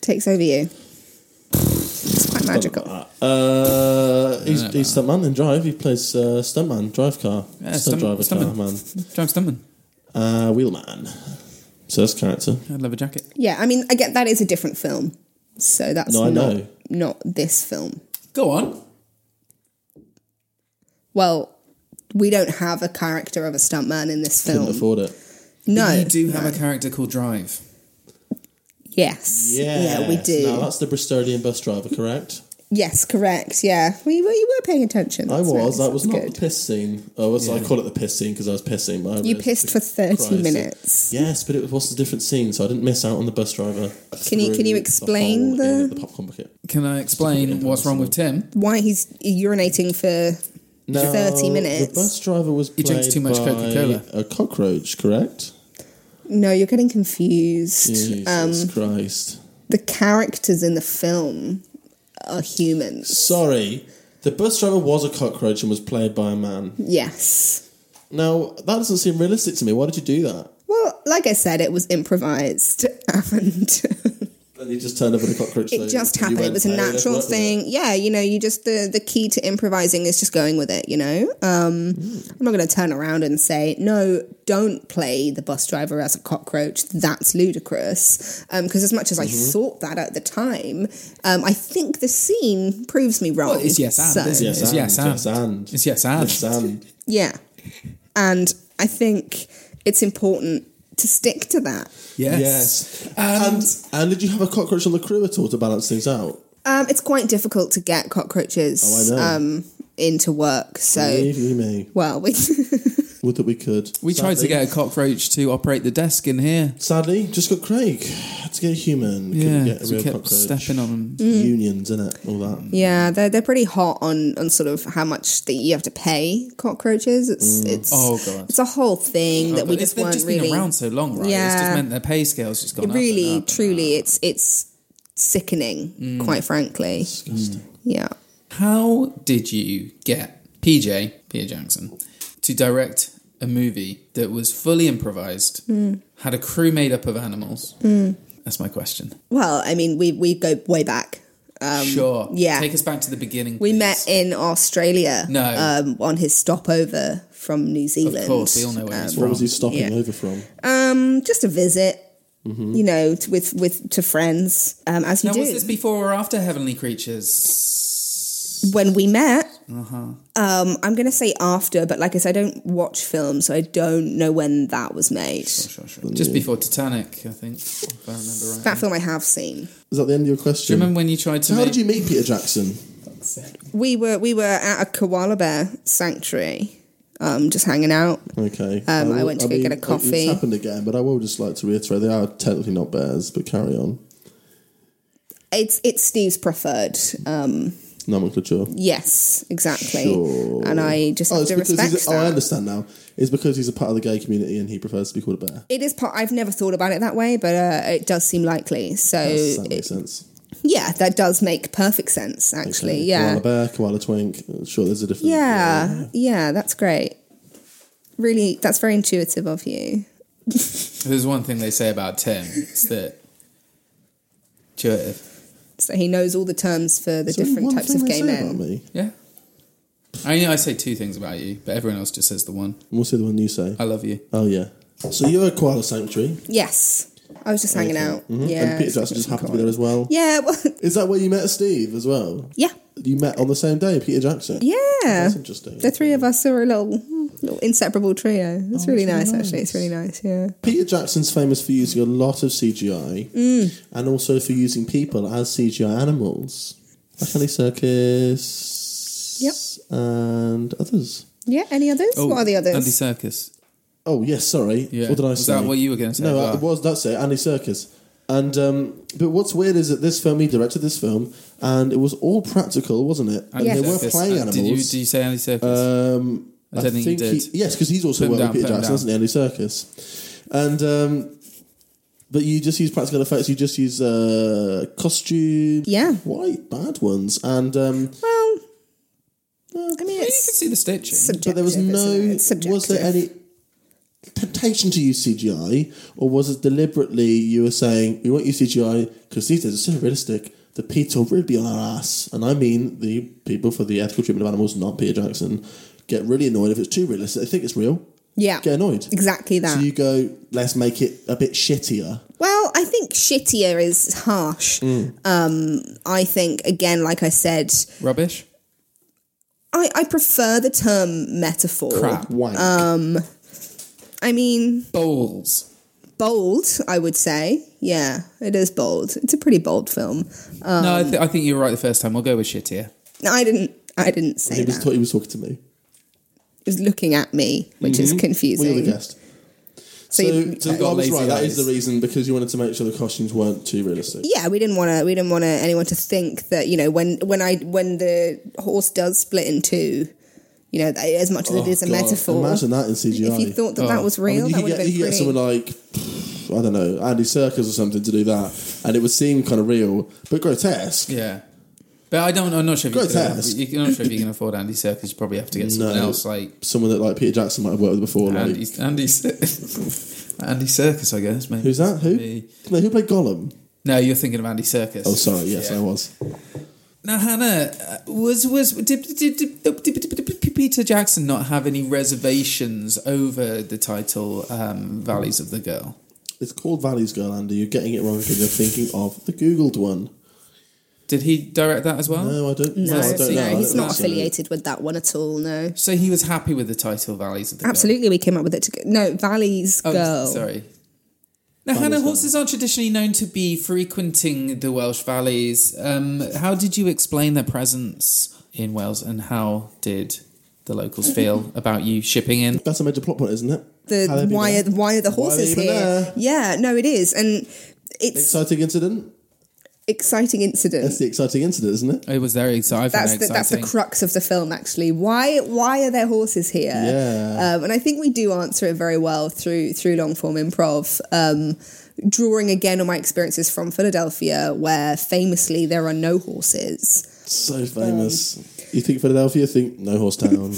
S4: takes over you. It's quite magical.
S3: Uh, he's, he's stuntman in Drive. He plays uh, stuntman, drive car,
S2: Yeah, stunt-
S3: stunt driver,
S2: stuntman.
S3: car man,
S2: Drive stuntman.
S3: uh, wheelman. So that's character.
S2: I'd love a jacket.
S4: Yeah, I mean, I get that is a different film, so that's
S3: No, I
S4: not,
S3: know.
S4: not this film.
S2: Go on.
S4: Well, We don't have a character of a stuntman in this film.
S2: Couldn't afford
S3: it.
S4: No,
S2: But you do
S4: no.
S2: have a character called Drive.
S4: Yes. Yeah, we do.
S3: Now that's the Bristolian bus driver, correct?
S4: yes, correct. Yeah, we were. You were paying attention.
S3: I
S4: That's
S3: was.
S4: nice.
S3: That was
S4: That's
S3: not the piss scene. I was. I call it the piss scene because I was pissing. But I
S4: You
S3: was-
S4: pissed for thirty
S3: Christ.
S4: minutes.
S3: Yes, but it was a different scene, so I didn't miss out on the bus driver.
S4: Can you can you
S3: through
S4: explain
S3: hole in
S4: the,
S3: the popcorn bucket?
S2: Can I explain what's wrong with Tim?
S4: why he's urinating for thirty
S3: The
S4: minutes?
S3: bus driver was.
S2: He drinks
S3: played
S2: too much
S3: by
S2: Coca-Cola.
S3: A cockroach, correct?
S4: No, you're getting confused.
S3: Jesus
S4: Um,
S3: Christ!
S4: the characters in the film are humans.
S3: Sorry, the bus driver was a cockroach and was played by a man.
S4: Yes.
S3: Now that doesn't seem realistic to me. Why did you do that?
S4: Well, like I said, it was improvised and
S3: Then he just turned up in a cockroach.
S4: it
S3: suit
S4: just
S3: and you
S4: happened. It
S3: went,
S4: was a
S3: "Hey, let's
S4: natural
S3: work with it."
S4: thing. Yeah, you know, you just the the key to improvising is just going with it. You know, um, I'm not going to turn around and say no. Don't play the bus driver as a cockroach. That's ludicrous. Because as much as I
S2: Mhm.
S4: thought that at the time, um, I think the scene proves me wrong.
S2: Well, it's yes and,
S4: So-
S2: isn't it? It's yes and.
S3: yes and.
S2: It's yes and.
S3: Yes and.
S4: Yeah. And I think it's important to stick to that.
S3: Yes. And, and did you have a cockroach on the crew at all to balance things out?
S4: Um, it's quite difficult to get cockroaches
S3: Oh, I know.
S4: um, into work. So,
S3: Believe you me.
S4: well, we,
S3: Would that we could.
S2: We tried to
S3: Sadly-
S2: get a cockroach to operate the desk in here.
S3: Sadly, just got Craig. Had to get a human.
S2: Yeah,
S3: Couldn't get a
S2: 'cause we
S3: real
S2: kept
S3: cockroach.
S2: stepping on them.
S3: Unions, innit? All that.
S4: Mm. yeah, they're, they're pretty hot on, on sort of how much that you have to pay cockroaches. It's it's
S2: Oh, God.
S4: it's a whole thing that we
S2: It's-
S4: just
S2: Oh, they've
S4: weren't
S2: just been
S4: really
S2: around so long, right? It's
S4: Yeah.
S2: just meant their pay scale's just gone
S4: It
S2: up and
S4: really,
S2: up.
S4: truly, it's it's sickening,
S2: Mm.
S4: quite frankly. Mm. Yeah.
S2: How did you get PJ, Peter Jackson, to direct a movie that was fully improvised,
S4: Mm.
S2: had a crew made up of animals?
S4: Mm.
S2: That's my question.
S4: Well, I mean, we we go way back. Um,
S2: sure.
S4: Yeah.
S2: Take us back to the beginning.
S4: we met in Australia.
S2: No.
S4: Um, on his stopover from New Zealand.
S2: Of course, we all know where he's
S4: um,
S3: What
S2: from.
S3: was he stopping
S4: yeah.
S3: over from?
S4: Um, just a visit.
S2: Mm-hmm.
S4: You know, to, with with to friends. Um, as you
S2: Now,
S4: do.
S2: was this before or after Heavenly Creatures?
S4: when we met,
S2: Uh huh.
S3: Uh-huh.
S4: um, I'm going to say after, but like I said, I don't watch films, so I don't know when that was made.
S2: Just before Titanic, I think. If I remember right.
S4: That film I have seen.
S3: Is that the end of your
S2: Do you
S3: question?
S2: remember when you tried to?
S3: so, how
S2: make-
S3: did you meet Peter Jackson?
S4: We were we were at a koala bear sanctuary, um, just hanging out.
S3: Okay.
S4: Um, I went to go get a coffee.
S3: It's happened again, but I will just like to reiterate they are technically not bears, but carry on.
S4: It's it's Steve's preferred. Um,
S3: Nomenclature.
S4: yes, exactly.
S3: Sure.
S4: And I just
S3: Oh,
S4: have
S3: it's
S4: to
S3: because
S4: respect
S3: he's.
S4: that.
S3: A, oh, I understand now. It's because he's a part of the gay community and he prefers to be called a bear.
S4: It is part. I've never thought about it that way, but uh, it does seem likely. So
S3: Does that make
S4: it-
S3: sense?
S4: yeah, that does make perfect sense. Actually,
S3: Okay.
S4: yeah.
S3: Koala bear, koala twink. Sure, there's a difference.
S4: yeah, yeah, That's great. Really, that's very intuitive of you.
S2: There's one thing they say about Tim. It's that. Intuitive.
S4: So he knows all the terms for the
S3: Is there
S4: different
S3: one
S4: types
S3: thing
S4: of
S3: they
S4: gay
S3: say about
S4: men.
S3: me?
S2: Yeah. I know I say two things about you, but everyone else just says the one.
S3: What's the other one you say?
S2: I love you.
S3: Oh yeah. So you're at Koala Sanctuary.
S4: Yes, I was just hanging out.
S3: Mhm.
S4: Yeah,
S3: And Peter Jackson just happened to be there as well.
S4: yeah, well,
S3: Is that where you met Steve as well?
S4: yeah,
S3: You met on the same day, Peter Jackson.
S4: yeah.
S3: That's interesting.
S4: The three of us are a little, little inseparable trio. It's really
S3: Oh, that's
S4: nice,
S3: really
S4: actually. It's really nice. Yeah.
S3: Peter Jackson's famous for using a lot of CGI and also for using people as CGI animals. Like Ali Circus
S4: Yep.
S3: and others.
S4: Yeah. Any others? what are the others?
S2: Andy Circus.
S3: Oh yes, sorry.
S2: Yeah.
S3: What did I
S2: Was
S3: say?
S2: that what you were gonna say
S3: No,
S2: as
S3: I-
S2: well?
S3: it was that's it. Andy Circus. And um, but what's weird is that this film he directed this film and it was all practical, wasn't it? And
S2: Andy
S3: they were
S2: Serkis.
S3: playing
S2: Uh,
S3: animals.
S2: Did you, did you say Andy Circus?
S3: Um,
S2: I don't think you did.
S3: He, yes, because he's also
S2: Put him
S3: worked
S2: down,
S3: with
S2: put
S3: Peter
S2: him down.
S3: Jackson, hasn't he? Andy Circus, and um, but you just use practical effects. You just use uh, costume,
S4: Yeah.
S3: quite bad ones, and um,
S4: Well, I mean,
S2: you can
S4: it's
S2: see the stitching.
S3: but there was
S4: subjective,
S3: no.
S4: isn't it? It's
S3: Was there any temptation to use CGI, or was it deliberately you were saying we won't use CGI because these days are so realistic that Peter will really be on our ass, and I mean the people for the ethical treatment of animals, not Peter Jackson, get really annoyed if it's too realistic. They think it's real,
S4: yeah,
S3: get annoyed.
S4: exactly that.
S3: So you go, let's make it a bit shittier.
S4: Well, I think shittier is
S3: Mm.
S4: harsh. Um, I think again, like I said,
S2: Rubbish.
S4: I, I prefer the term metaphor.
S2: Crap. Wank.
S4: Um, I mean,
S2: Bowls.
S4: bold. I would say, yeah, it is bold. It's a pretty bold film. Um,
S2: no, I, th- I think you're right the first time. We'll go with shittier.
S4: no, I didn't. I didn't say
S3: He
S4: that.
S3: was, thought he was talking to me.
S4: It was looking at me, which is
S3: Mhm.
S4: confusing.
S3: Well, you're the guest.
S4: So
S3: So,
S4: Mm-hmm. you-
S3: so
S4: I've got
S3: I was
S4: lazy
S3: right. That
S4: eyes.
S3: is the reason because you wanted to make sure the costumes weren't too realistic.
S4: yeah we didn't want to we didn't want anyone to think that you know when when i when the horse does split in two you know that- as much as it
S3: Oh,
S4: is a
S3: God.
S4: metaphor
S3: Imagine that in CGI.
S4: If you thought
S2: Oh.
S4: that that was real,
S3: you
S4: that
S3: could
S4: would have
S3: get,
S4: been
S3: you could get
S4: pretty-
S3: someone like I don't know Andy Circus or something to do that, and it would seem kind of real but grotesque.
S2: Yeah. But I don't. I'm not sure. If you
S3: Grotesque.
S2: can, I'm not sure if you can afford Andy Serkis. You probably have to get someone else like
S3: someone that like Peter Jackson might have worked with before. Like,
S2: Andy. Andy, Ser- Andy Circus, I guess. Maybe.
S3: who's that? Who?
S2: Me.
S3: No, who played Gollum?
S2: No, you're thinking of Andy Circus.
S3: Oh, sorry. Yes, I was.
S2: Now, Hannah, uh, was was did, did, did, did, did, did- did- did Peter Jackson not have any reservations over the title um, Valleys of the Girl?
S3: It's called Valley's Girl, Andy. You're getting it wrong because you're thinking of the Googled one.
S2: Did he direct that as well?
S3: No, I don't.
S4: no,
S3: I don't
S4: no,
S3: know. uh, I don't
S4: he's not
S3: think so.
S4: affiliated with that one at all no
S2: So he was happy with the title Valleys of the Girl.
S4: absolutely we came up with it to no valley's
S2: Oh,
S4: girl
S2: Sorry. Now, Hannah, horses are traditionally known to be frequenting the Welsh valleys. Um, how did you explain their presence in Wales, and how did the locals feel about you shipping in?
S3: That's a major plot point, isn't it? How
S4: the
S3: they be
S4: why are,
S3: there?
S4: why are
S3: Why are they
S4: the horses
S3: even
S4: here
S3: there?
S4: yeah no it is and it's
S3: Exciting incident.
S4: exciting incident
S3: That's the exciting incident, isn't it?
S2: It was very exciting.
S4: that's the, that's the crux of the film actually why why are there horses here
S3: Yeah.
S4: um, and i think we do answer it very well through through long form improv um, drawing again on my experiences from philadelphia where famously there are no horses
S3: So famous. you think Philadelphia? Think no horse town.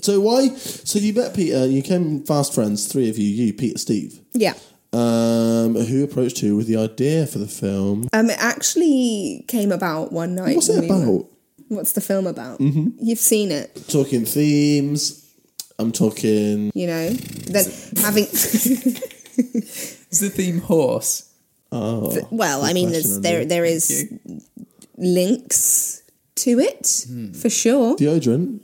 S3: so why? So you met Peter. You came fast friends. Three of you. You, Peter, Steve.
S4: yeah
S3: Um, who approached who with the idea for the film?
S4: um, it actually came about one night
S3: What's
S4: when
S3: it
S4: we were-
S3: about? Mm-hmm.
S4: what's the film about you've seen it
S3: Talking themes. I'm talking.
S4: you know then having
S2: Is the theme horse?
S3: Oh,
S4: well i mean there's, there there is links to it
S2: Hmm.
S4: for sure
S3: deodorant.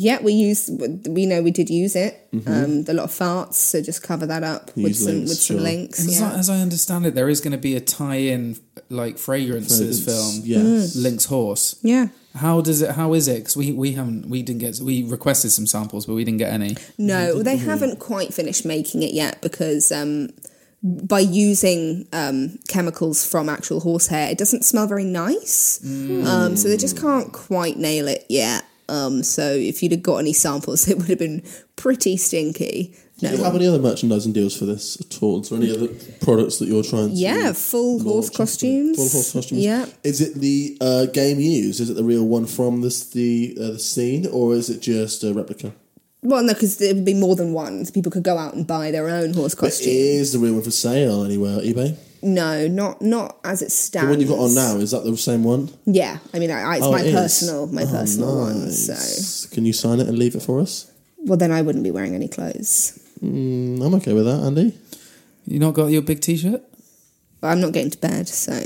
S4: Yeah, we use. We know we did use it. Um, a lot of farts, so just cover that up with
S2: Mm-hmm. Use
S4: some
S2: links,
S4: with some
S2: sure.
S4: links.
S2: As,
S4: Yeah.
S2: I, as I understand it, there is going to be a tie-in like fragrances
S3: Fragrance,
S2: film.
S3: yes.
S2: Link's horse.
S4: Yeah.
S2: How does it? How is it? Because we, we haven't we didn't get we requested some samples, but we didn't get any.
S4: No, they haven't quite finished making it yet because um, by using um, chemicals from actual horsehair, it doesn't smell very nice.
S2: Hmm.
S4: Um, so they just can't quite nail it yet. Um, so if you'd have got any samples, it would have been pretty stinky.
S3: Do you
S4: No.
S3: have any other merchandising deals for this at all? Is there any other products that you're trying to?
S4: Yeah, full horse costumes.
S3: Full horse costumes.
S4: Yeah.
S3: Is it the uh, game used? Is it the real one from this the uh, the scene, or is it just a replica?
S4: Well, no, because there would be more than one. So people could go out and buy their own horse
S3: But
S4: costume.
S3: is the real one for sale anywhere? eBay.
S4: No, not not as it stands.
S3: The one you've got on now is that the same one?
S4: Yeah, I mean, I, I, it's
S3: Oh,
S4: my
S3: it is.
S4: personal, my
S3: Oh,
S4: personal one.
S3: nice.
S4: So,
S3: Can you sign it and leave it for us?
S4: well, then I wouldn't be wearing any clothes.
S3: Mm, I'm okay with that, Andy.
S2: You not got your big T-shirt?
S4: But I'm not getting to bed, so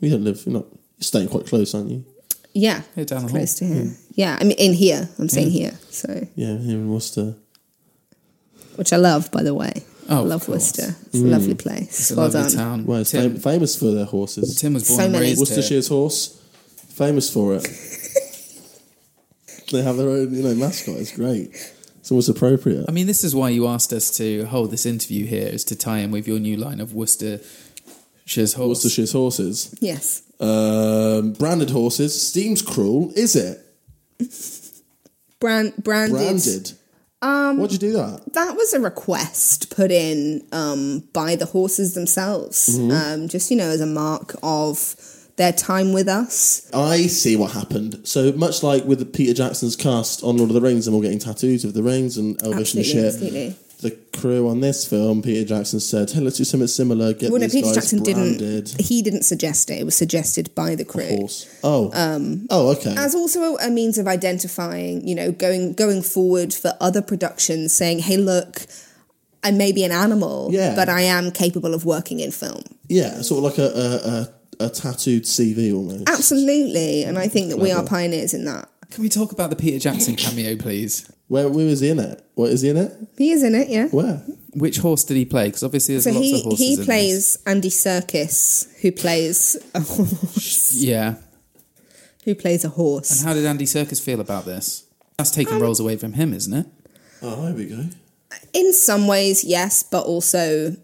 S3: We don't live. You're not. You're staying quite close, aren't you?
S4: yeah,
S2: Yeah, down the
S4: close to here.
S3: Hmm.
S4: Yeah, I mean, in here, I'm saying here. So,
S3: Yeah, here in Worcester.
S4: which I love, by the way.
S2: Oh,
S4: I
S2: of
S4: love
S2: course.
S4: Worcester. It's
S3: Hmm.
S4: a lovely place.
S2: It's a
S4: well
S2: lovely
S4: done.
S2: town.
S3: Well, it's
S2: Tim,
S3: fam- famous for their horses.
S2: Tim was born
S4: So
S2: and
S4: many.
S2: raised here.
S3: Worcestershire's horse, famous for it. they have their own, you know, mascot. It's great. It's almost appropriate.
S2: I mean, this is why you asked us to hold this interview here, is to tie in with your new line of Worcestershire's horse.
S3: Worcestershire's horses,
S4: Yes.
S3: um, branded horses. Seems cruel, is it?
S4: Brand branded.
S3: Branded. Um, Why'd you do that?
S4: That was a request put in um, by the horses themselves,
S3: Mm-hmm.
S4: um, just you know, as a mark of their time with us.
S3: I see what happened. So much like with Peter Jackson's cast on Lord of the Rings, and all getting tattoos of the rings and Elvish and
S4: Absolutely,
S3: shit.
S4: absolutely.
S3: The crew on this film, Peter Jackson said, "Hey, let's do something similar. Get
S4: Well, no,
S3: these
S4: Peter
S3: guys
S4: Jackson
S3: branded."
S4: didn't. He didn't suggest it. It was suggested by the crew.
S3: Horse. Oh. oh, okay.
S4: Um, As also a, a means of identifying, you know, going going forward for other productions, saying, "Hey, look, I may be an animal,
S3: Yeah.
S4: but I am capable of working in film."
S3: Yeah, sort of like a, a, a tattooed CV almost.
S4: Absolutely. And I think that we are
S3: Clever.
S4: pioneers in that.
S2: Can we talk about the Peter Jackson cameo, please?
S3: Where, where is he in it? What is he in it?
S4: He is in it, yeah.
S3: Where?
S2: Which horse did he play? Because obviously there's
S4: so
S2: lots
S4: he,
S2: of horses.
S4: he
S2: in
S4: plays Andy Circus, who plays a horse.
S2: this. Yeah.
S4: Who plays a horse.
S2: And how did Andy Circus feel about this? That's taking
S4: Um,
S2: roles away from him, isn't it?
S3: Oh, there we go.
S4: In some ways, yes, but also,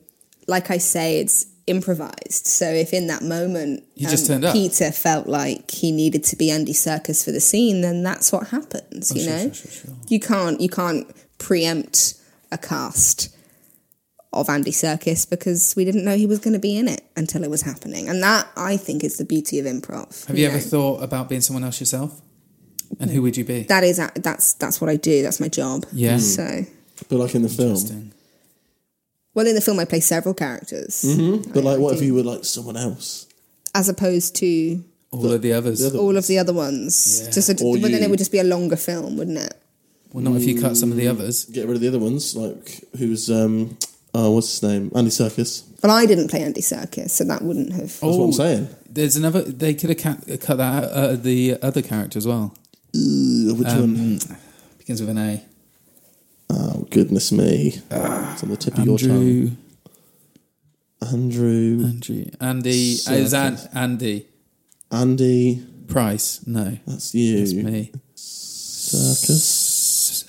S4: like I say, it's improvised. So if in that moment um,
S2: He just turned up.
S4: Peter felt like he needed to be Andy Circus for the scene, then that's what happens.
S2: Oh,
S4: you
S2: sure,
S4: know,
S2: sure,
S4: you can't you can't preempt a cast of Andy Circus because we didn't know he was going to be in it until it was happening, and that I think is the beauty of improv.
S2: Have you
S4: know?
S2: ever thought about being someone else yourself? And who would you be?
S4: That is a- that's that's what I do. That's my job.
S3: Mm.
S2: Yeah.
S4: So
S3: But like in the film.
S4: well, in the film, I play several characters.
S3: hmm But like, what if you were like someone else?
S4: as opposed to
S2: All of the others.
S4: all of the other ones.
S2: Yeah.
S4: Just a,
S3: Or
S4: but then
S3: you.
S4: it would just be a longer film, wouldn't it?
S2: Well, not if you cut some of the
S3: Mm.
S2: others.
S3: Get rid of the other ones. Like who was um, oh, what's his name? Andy Circus.
S4: But I didn't play Andy Serkis, so that wouldn't have.
S2: Oh.
S3: That's what I'm saying.
S2: There's another. They could have cut, cut that out, uh, the other character as well.
S3: which
S2: one? Begins with an A.
S3: Oh goodness me! it's on the tip of your
S2: Ah, Andrew.
S3: tongue. Andrew.
S2: Andrew. Andy.
S3: Circus.
S2: Is that Andy?
S3: Andy.
S2: Price. No.
S3: That's you.
S2: That's me.
S3: Circus.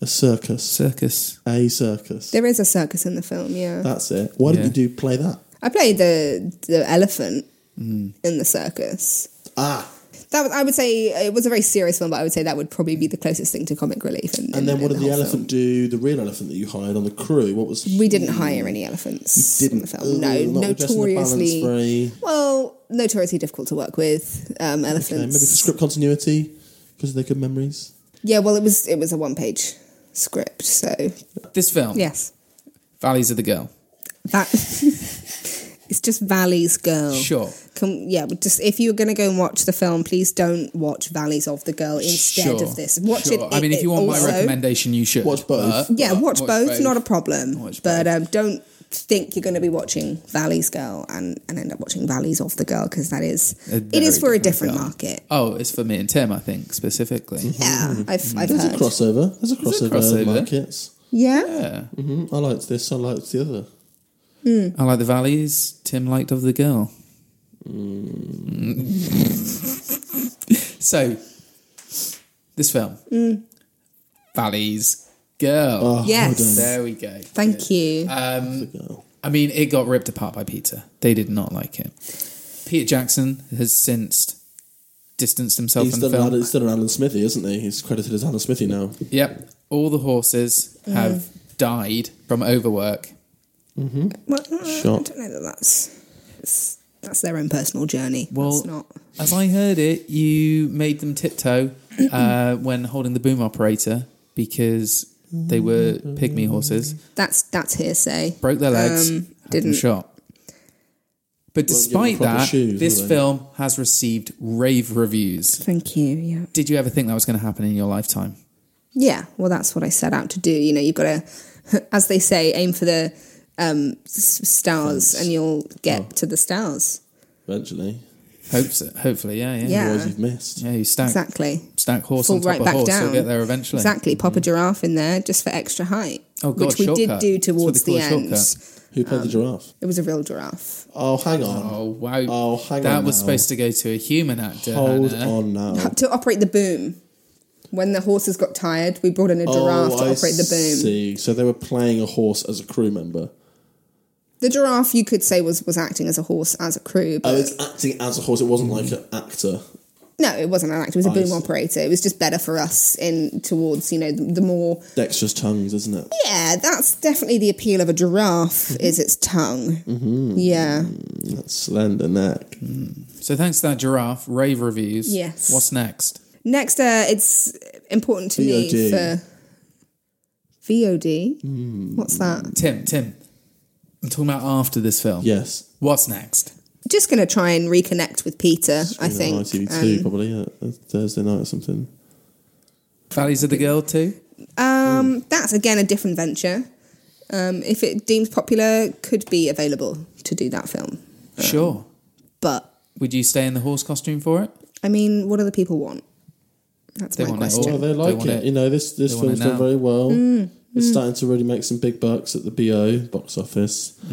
S3: A circus.
S2: Circus.
S3: A circus.
S4: There is a circus in the film, yeah.
S3: That's it. Why
S2: Yeah.
S3: didn't you do play that?
S4: I played the the elephant
S2: Mm.
S4: in the circus.
S3: Ah.
S4: That was, I would say it was a very serious film, but I would say that would probably be the closest thing to comic relief. In, in-
S3: And then what
S4: in
S3: did the
S4: whole
S3: elephant do? The real elephant that you hired on the crew. What was?
S4: film. We didn't hire any elephants
S3: You
S4: in the
S3: didn't?
S4: film. No,
S3: Ooh, not addressing the balance
S4: notoriously.
S3: very-
S4: Well, notoriously difficult to work with um, elephants.
S3: Okay, maybe for script continuity because of their good memories.
S4: Yeah, well, it was it was a one page script, so
S2: This film.
S4: yes,
S2: Valleys of the Girl.
S4: that it's just Valley's Girl.
S2: Sure.
S4: Can, yeah, but just if you're going to go and watch the film, please don't watch Valleys of the Girl instead
S2: Sure.
S4: of this. Watch
S2: Sure.
S4: it.
S2: I mean, if you want
S4: also-
S2: my recommendation, you should
S3: Watch both.
S2: but-
S4: yeah,
S2: but
S4: watch, both, Not a
S2: Watch
S4: problem. But um, don't think you're going to be watching Valley's Girl and, and end up watching Valleys of the Girl because that is
S2: A
S4: it is
S2: very
S4: for a
S2: different
S4: different
S2: film.
S4: market.
S2: Oh, it's for me and Tim, I think
S3: Hmm.
S2: specifically.
S4: Yeah,
S2: Mm-hmm.
S4: I've, I've
S3: There's a
S4: heard.
S3: crossover. There's a
S2: There's
S3: crossover.
S2: a crossover.
S3: Markets.
S4: yeah,
S3: hmm I liked this. I liked the other.
S2: I like the valleys. Tim liked of the girl. so, this film, valleys girl.
S3: Oh.
S4: Yes. well done.
S2: there we go.
S4: thank you.
S2: Um, I mean, it got ripped apart by Peter. They did not like it. Peter Jackson has since distanced himself
S3: He's
S2: from the
S3: done,
S2: film.
S3: an, he's done an Alan Smithy, isn't he? He's credited as Alan Smithy now.
S2: Yep, all the horses have
S3: Mm.
S2: died from overwork.
S4: Well, I
S3: Shot.
S4: don't know that that's it's- that's their own personal journey.
S2: Well,
S4: That's not.
S2: As I heard it, you made them tiptoe uh, when holding the boom operator because they were pygmy horses,
S4: That's that's hearsay.
S2: broke their legs,
S4: Um,
S2: had them
S4: didn't.
S2: shot. But
S3: Well, given
S2: despite
S3: proper
S2: that,
S3: shoes,
S2: this
S3: were they?
S2: film has received rave reviews.
S4: Thank you. Yeah.
S2: Did you ever think that was going to happen in your lifetime?
S4: Yeah. Well, that's what I set out to do. You know, you've got to, as they say, aim for the um, s- stars, and you'll get
S2: Oh.
S4: to the stars.
S3: Eventually,
S2: Hopes, hopefully, yeah, yeah,
S4: Yeah.
S3: otherwise you've missed.
S2: Yeah, you stack
S4: Exactly.
S2: stack horse
S4: Fall
S2: on top
S4: right
S2: of
S4: back
S2: horse,
S4: down.
S2: you'll get there eventually. Mm-hmm.
S4: Exactly. Pop a giraffe in there just for extra height,
S2: Oh God,
S4: which we
S2: shortcut.
S4: did do
S2: That's what
S4: towards
S2: they call
S4: the
S2: a
S4: end.
S2: shortcut.
S3: Who played the giraffe?
S4: It was a real giraffe.
S3: Oh, hang on.
S2: Um, Oh wow!
S3: Oh, hang
S2: that
S3: on
S2: was
S3: now.
S2: supposed to go to a human actor.
S3: Hold
S2: Hannah.
S3: on now.
S4: To operate the boom. When the horses got tired, we brought in a giraffe to
S3: Oh, I
S4: operate the boom.
S3: See, so they were playing a horse as a crew member.
S4: The giraffe, you could say, was was acting as a horse as a crew, but
S3: Oh, it's acting as a horse. It wasn't like an actor.
S4: no, it wasn't an actor. It was a
S3: I
S4: boom
S3: see.
S4: operator. It was just better for us in towards you know the, the more.
S3: Dexter's tongues, isn't it?
S4: Yeah, that's definitely the appeal of a giraffe
S3: Mm-hmm.
S4: is its tongue. Yeah,
S3: That slender neck.
S2: So thanks to that giraffe, rave reviews.
S4: Yes.
S2: What's next?
S4: Next, uh, it's important to me
S3: VOD.
S4: for VOD.
S3: Mm.
S4: What's that?
S2: Tim, Tim. I'm talking about after this film.
S3: Yes.
S2: What's next?
S4: Just going to try and reconnect with Peter. I
S3: On
S4: think.
S3: ITV2,
S4: Um,
S3: probably, yeah. A Thursday night or something.
S2: Valleys of the Girl too?
S4: Um, that's again a different venture. Um, if it deems popular, could be available to do that film.
S2: Sure.
S4: But
S6: Would you stay in the horse costume for it?
S4: I mean, what do the people want? That's
S6: They
S4: my
S6: want it all.
S4: question.
S3: Oh, they like
S6: want
S3: it.
S6: it.
S3: You know, this this
S6: They want
S3: film's
S6: it
S3: done
S6: now.
S3: very well.
S4: Mm,
S3: It's
S4: mm.
S3: starting to really make some big bucks at the BO box office.
S4: oh,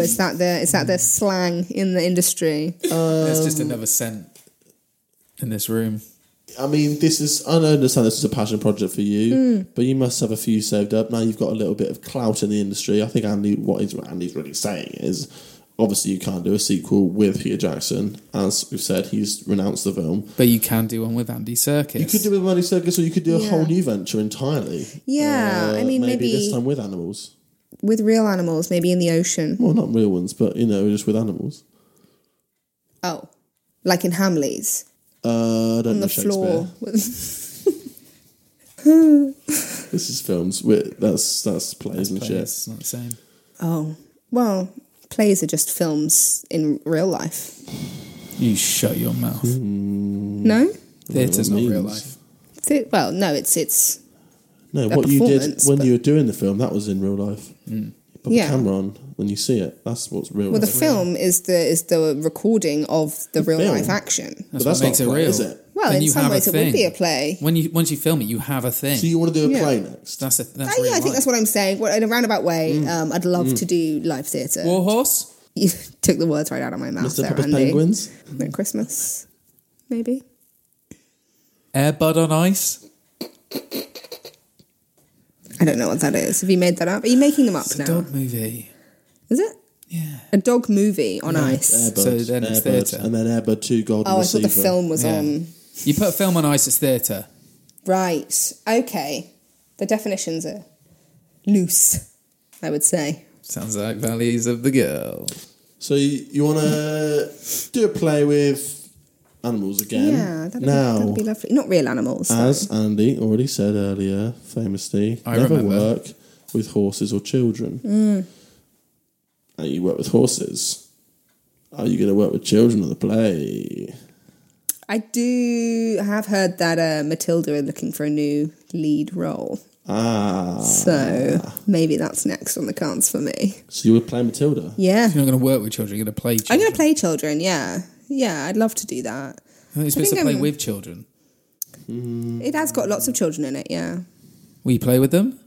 S4: is that the is that the slang in the industry?
S6: There's just
S3: Um,
S6: another scent in this room.
S3: I mean, this is. I understand this is a passion project for you,
S6: Mm.
S3: but you must have a few saved up. Now you've got a little bit of clout in the industry. I think Andy, what he's, Andy's really saying is, obviously, you can't do a sequel with Peter Jackson. As we've said, he's renounced the film.
S6: But you can do one with Andy Serkis.
S3: You could do it with Andy Circus, or you could do a
S4: Yeah.
S3: whole new venture entirely. Uh,
S4: Yeah, I mean,
S3: maybe this
S4: maybe-
S3: time with animals.
S4: With real animals, maybe in the ocean.
S3: Well, not real ones, but you know, just with animals.
S4: Oh, like in Hamley's
S3: Uh, I don't
S4: on
S3: know
S4: the
S3: Shakespeare.
S4: floor.
S3: This is films. we that's that's plays and
S6: plays,
S3: shit.
S6: it's not the same.
S4: oh, well, plays are just films in real life.
S6: You shut your mouth.
S3: Hmm.
S4: No,
S6: Theatre's not real life.
S4: Thi- well, no, it's it's
S3: No,
S4: a
S3: what you did
S4: performance,
S3: when
S4: but-
S3: you were doing the film, that was in real life.
S6: Mm.
S3: You put
S4: Yeah.
S3: the camera on when you see it. That's what's real.
S4: well, the
S3: life.
S4: film is the is the recording of the real
S3: film.
S4: life action.
S3: But that's
S6: what makes
S3: not
S6: it
S3: a play,
S6: real.
S3: is it?
S4: Well,
S6: Then
S4: in
S6: you
S4: some
S6: have a
S4: ways, it would be
S6: thing.
S4: a play.
S6: When you once you film it, you have a thing.
S3: So you want to do a
S4: Yeah.
S3: play next?
S6: that's a, that's
S4: Oh,
S6: real
S4: yeah, I think
S6: life.
S4: that's what I'm saying. Well, in a roundabout way, um, I'd love to do live theatre.
S6: War horse.
S4: You took the words right out of my mouth,
S3: Mr.
S4: there,
S3: Pepper's
S4: Ah, Andy.
S3: Penguins.
S4: At Christmas, maybe.
S6: Air Bud on ice.
S4: I don't know what that is. Have you made that up? Are you making them up
S6: It's a
S4: now?
S6: dog movie.
S4: Is it? Yeah. A dog movie on ice.
S3: Airbud,
S6: So then it's
S3: Airbud,
S6: theatre.
S3: and then Airbud Two Golden
S4: Oh, I thought
S3: Receiver.
S4: the film was
S6: Yeah.
S4: on.
S6: You put film on ice, it's theatre.
S4: Right. Okay. The definitions are loose, I would say.
S6: Sounds like Valleys of the Girl.
S3: So you, you want to do a play with animals again?
S4: Yeah, that'd,
S3: now,
S4: be, that'd be lovely. Not real animals. though.
S3: as Andy already said earlier, famously,
S6: I
S3: never
S6: remember.
S3: work with horses or children.
S4: Mm.
S3: And you work with horses. Are you going to work with children in the play?
S4: I do have heard that uh, Matilda are looking for a new lead role.
S3: Ah,
S4: So maybe that's next on the cards for me.
S3: so you would play Matilda.
S4: Yeah.
S6: You're not going to work with children. You're going to play. Children.
S4: I'm going to play children. Yeah. Yeah. I'd love to do that.
S6: I think You're supposed
S4: think
S6: to play
S4: I'm-
S6: with children.
S4: It has got lots of children in it. Yeah.
S6: Will you play with them?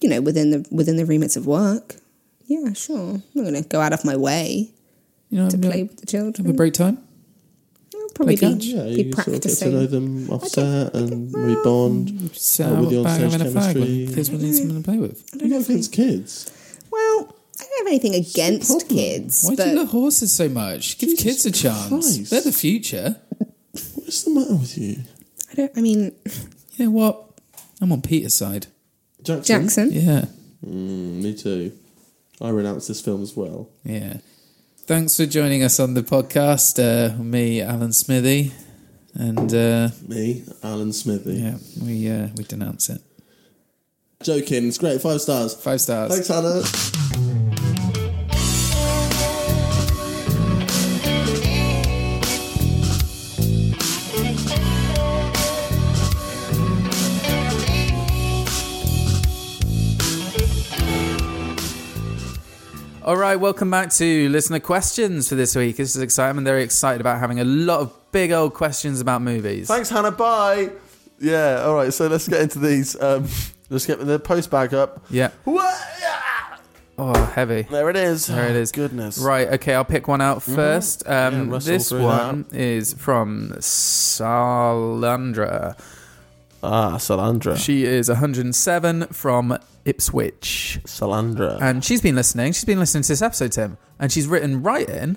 S4: You know, within the within the remits of work. Yeah, sure. I'm not going to go out of my way
S6: You know,
S4: to
S6: have a-
S4: play with the
S6: have a
S4: children.
S6: break time.
S4: I'll probably
S6: play
S4: be,
S6: catch.
S3: Yeah,
S4: be
S3: you sort of get to
S4: practicing.
S3: know them
S4: I
S3: offset
S4: don't-
S3: and
S4: well,
S3: we bond.
S4: Mm.
S6: So
S3: Oh, with the
S6: I'll bag them in
S3: on-stage
S6: a fag
S3: chemistry.
S6: when kids will need something to play with.
S3: You got against kids.
S4: Well, I don't have anything against kids,
S6: Why
S4: but
S6: do you love horses so much? Give kids a chance.
S3: Christ.
S6: They're the future.
S3: What's the matter with you,
S4: I don't. I mean,
S6: You know what? I'm on Peter's side.
S3: Jackson?
S4: Jackson.
S6: Yeah.
S3: Mm, me too. I renounced this film as well.
S6: Yeah. Thanks for joining us on the podcast. Uh, me, Alan Smithy. And uh,
S3: Me, Alan Smithy.
S6: yeah, we uh, we denounce it.
S3: Joking, it's great. Five stars.
S6: Five stars.
S3: Thanks, Hannah.
S2: All right, welcome back to listener questions for this week. This is exciting. I'm very excited about having a lot of big old questions about movies.
S7: Thanks, Hannah. Bye. Yeah. All right. So let's get into these. Um, let's get the post bag up.
S2: Yeah.
S7: What?
S2: Oh, heavy.
S7: There it is.
S2: There it is.
S7: Oh, Goodness. Mm-hmm.
S2: Right, okay, I'll pick one out first. Um,
S7: Yeah, wrestle
S2: this
S7: through
S2: one is from Salandra.
S7: Ah, Salandra.
S2: She is 107 from Ipswich.
S7: Salandra.
S2: And she's been listening. She's been listening to this episode, Tim. And she's written right in.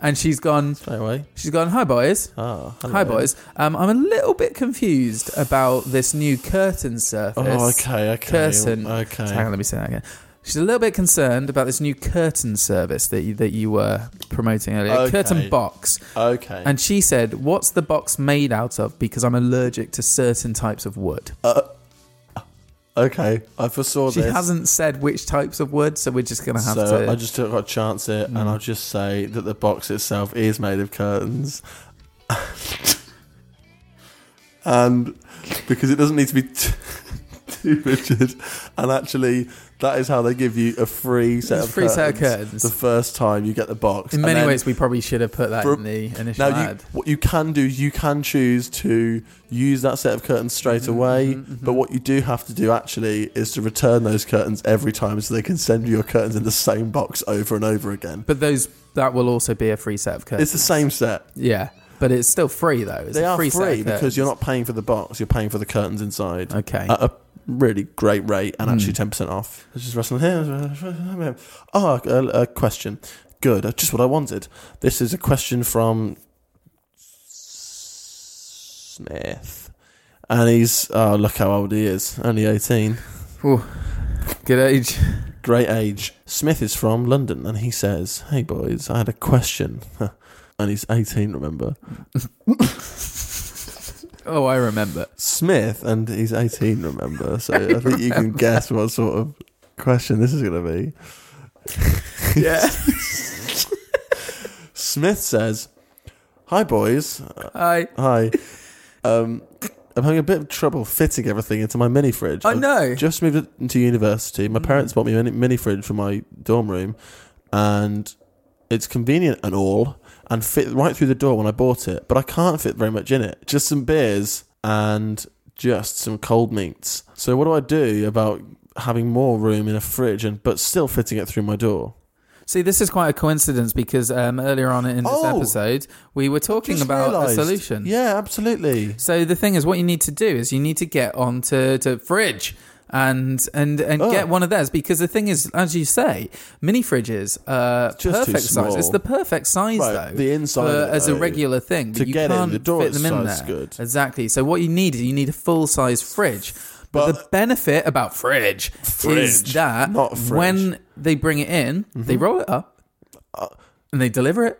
S2: And she's gone,
S7: Straight away.
S2: she's gone, hi, boys.
S7: Ah, hello.
S2: Hi, boys. Um, I'm a little bit confused about this new curtain surface.
S7: Oh, okay, okay,
S2: Curtain.
S7: okay.
S2: Hang on, let me say that again. She's a little bit concerned about this new curtain service that you, that you were promoting earlier.
S7: Okay.
S2: Curtain box.
S7: Okay.
S2: And she said, What's the box made out of? Because I'm allergic to certain types of wood.
S7: okay. I foresaw
S2: she
S7: Oh, this.
S2: hasn't said which types of wood, so we're just going to have
S7: so
S2: to.
S7: I just took a chance it,
S2: Mm.
S7: and I'll just say that the box itself is made of curtains, and because it doesn't need to be t-
S3: to Richard, and actually, that is how they give you a free set
S2: It's
S3: of
S2: a free
S3: curtains
S2: set of curtains.
S3: the first time you get the box.
S2: In
S3: And
S2: many
S3: then-
S2: ways, we probably should have put that
S3: for-
S2: in the initial
S3: now, you,
S2: ad.
S3: what you can do is you can choose to use that set of curtains straight
S2: Mm-hmm,
S3: away, but what you do have to do actually is to return those curtains every time, so they can send you your curtains in the same box over and over again.
S2: But those that will also be a free set of curtains.
S3: It's the same set.
S2: Yeah, but it's still free though. It's
S3: they
S2: a
S3: are
S2: free,
S3: free,
S2: set of
S3: because
S2: curtains.
S3: you're not paying for the box; you're paying for the curtains inside.
S2: Okay.
S3: at a really great rate and actually
S2: Mm.
S3: ten percent off. It's just wrestling here. Oh, a, a question. Good, That's just what I wanted. This is a question from Smith, and he's oh look how old he is, only eighteen.
S2: Good age.
S3: Great age. Smith is from London, and he says, "Hey boys, I had a question." And he's 18, remember?
S2: Oh, I remember.
S3: Smith, and he's 18, remember? So I think you can guess what sort of question this is going to be.
S2: Yeah.
S3: Smith says, Hi, boys.
S2: Hi.
S3: Hi. Um, I'm having a bit of trouble fitting everything into my mini fridge.
S2: I
S3: I've
S2: know.
S3: Just moved into university.
S2: Mm.
S3: My parents bought me a mini- mini fridge for my dorm room, and it's convenient and all, and fit right through the door when I bought it. But I can't fit very much in it. Just some beers and just some cold meats. So what do I do about having more room in a fridge and but still fitting it through my door?
S2: See, this is quite a coincidence because um, earlier on in this
S3: Oh!
S2: episode, we were talking
S3: Just
S2: about
S3: realised.
S2: a solution.
S3: Yeah, absolutely.
S2: So the thing is, what you need to do is you need to get onto to fridge and and and
S3: Oh.
S2: get one of those because the thing is, as you say, mini fridges are
S3: too
S2: perfect size.
S3: small.
S2: It's the perfect size
S3: Right,
S2: though.
S3: the inside
S2: for-
S3: of it,
S2: as a
S3: though,
S2: regular thing, but
S3: to
S2: you
S3: get in,
S2: can't
S3: the door
S2: fit them in
S3: size
S2: there.
S3: is good.
S2: Exactly. So what you need is you need a full size fridge. But, the benefit about fridge, is
S3: Fridge,
S2: that
S3: not fridge. Mm-hmm. Uh,
S2: when they bring it in, they roll it up and they deliver it,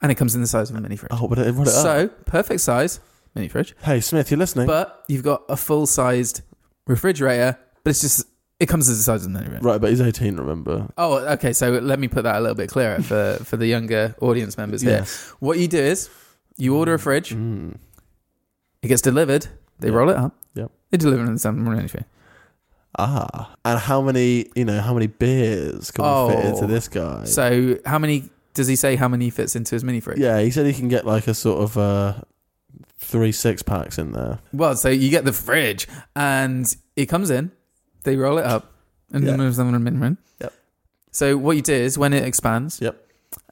S2: and it comes in the size of a mini fridge.
S3: Oh, but I roll it up.
S2: so perfect size mini fridge.
S3: Hey Smith, you're listening.
S2: But you've got a full sized refrigerator, but it's just it comes as the size of an anyway.
S3: right, but he's 18, remember?
S2: Oh, okay. So let me put that a little bit clearer for for the younger audience members here.
S3: Yes. Mm-hmm.
S2: What you do is you order a fridge,
S3: Mm.
S2: it gets delivered, they roll it up,
S3: Yep.
S2: they deliver it in the same room anyway.
S3: Ah, and how many you know how many beers can we fit
S2: Oh.
S3: into this guy?
S2: So how many does he say? How many fits into his mini fridge?
S3: yeah, he said he can get like a sort of uh, three six packs in there.
S2: Well, so you get the fridge, and it comes in. They roll it up, and
S3: Yeah.
S2: then moves them in the mini room.
S3: Yep.
S2: So what you do is when it expands,
S3: Yep.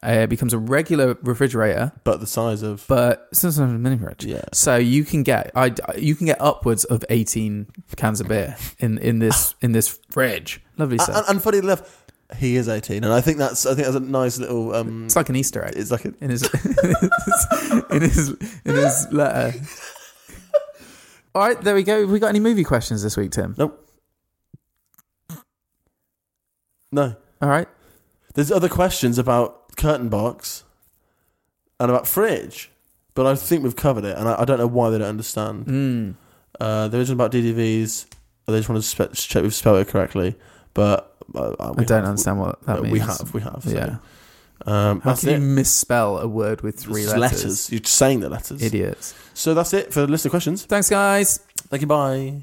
S2: uh, it becomes a regular refrigerator,
S3: But the size of
S2: but it's not a mini fridge.
S3: yeah,
S2: So you can get I you can get upwards of eighteen cans of beer in in this in this fridge. Lovely
S3: and,
S2: stuff.
S3: and, and funny enough, he is 18, and I think that's I think that's a nice little. Um,
S2: it's like an Easter egg
S3: it's like a,
S2: in his in his in his letter. All right, there we go. Have we got any movie questions this week, Tim?
S3: nope. No,
S2: All right.
S3: there's other questions about curtain box and about fridge, but I think we've covered it, and I, I don't know why they don't understand.
S2: Mm.
S3: Uh, there isn't about DDVs. I just want to spe- check we've spelled it correctly, but uh, uh, we
S2: I don't
S3: have.
S2: understand what that
S3: we,
S2: means.
S3: we have. We have. so,
S2: Yeah.
S3: Um,
S2: How
S3: that's
S2: can you
S3: it.
S2: misspell a word with three
S3: It's
S2: letters?
S3: You're just saying the letters.
S2: Idiots.
S3: So that's it for the list of questions.
S2: Thanks, guys.
S3: Thank you. Bye.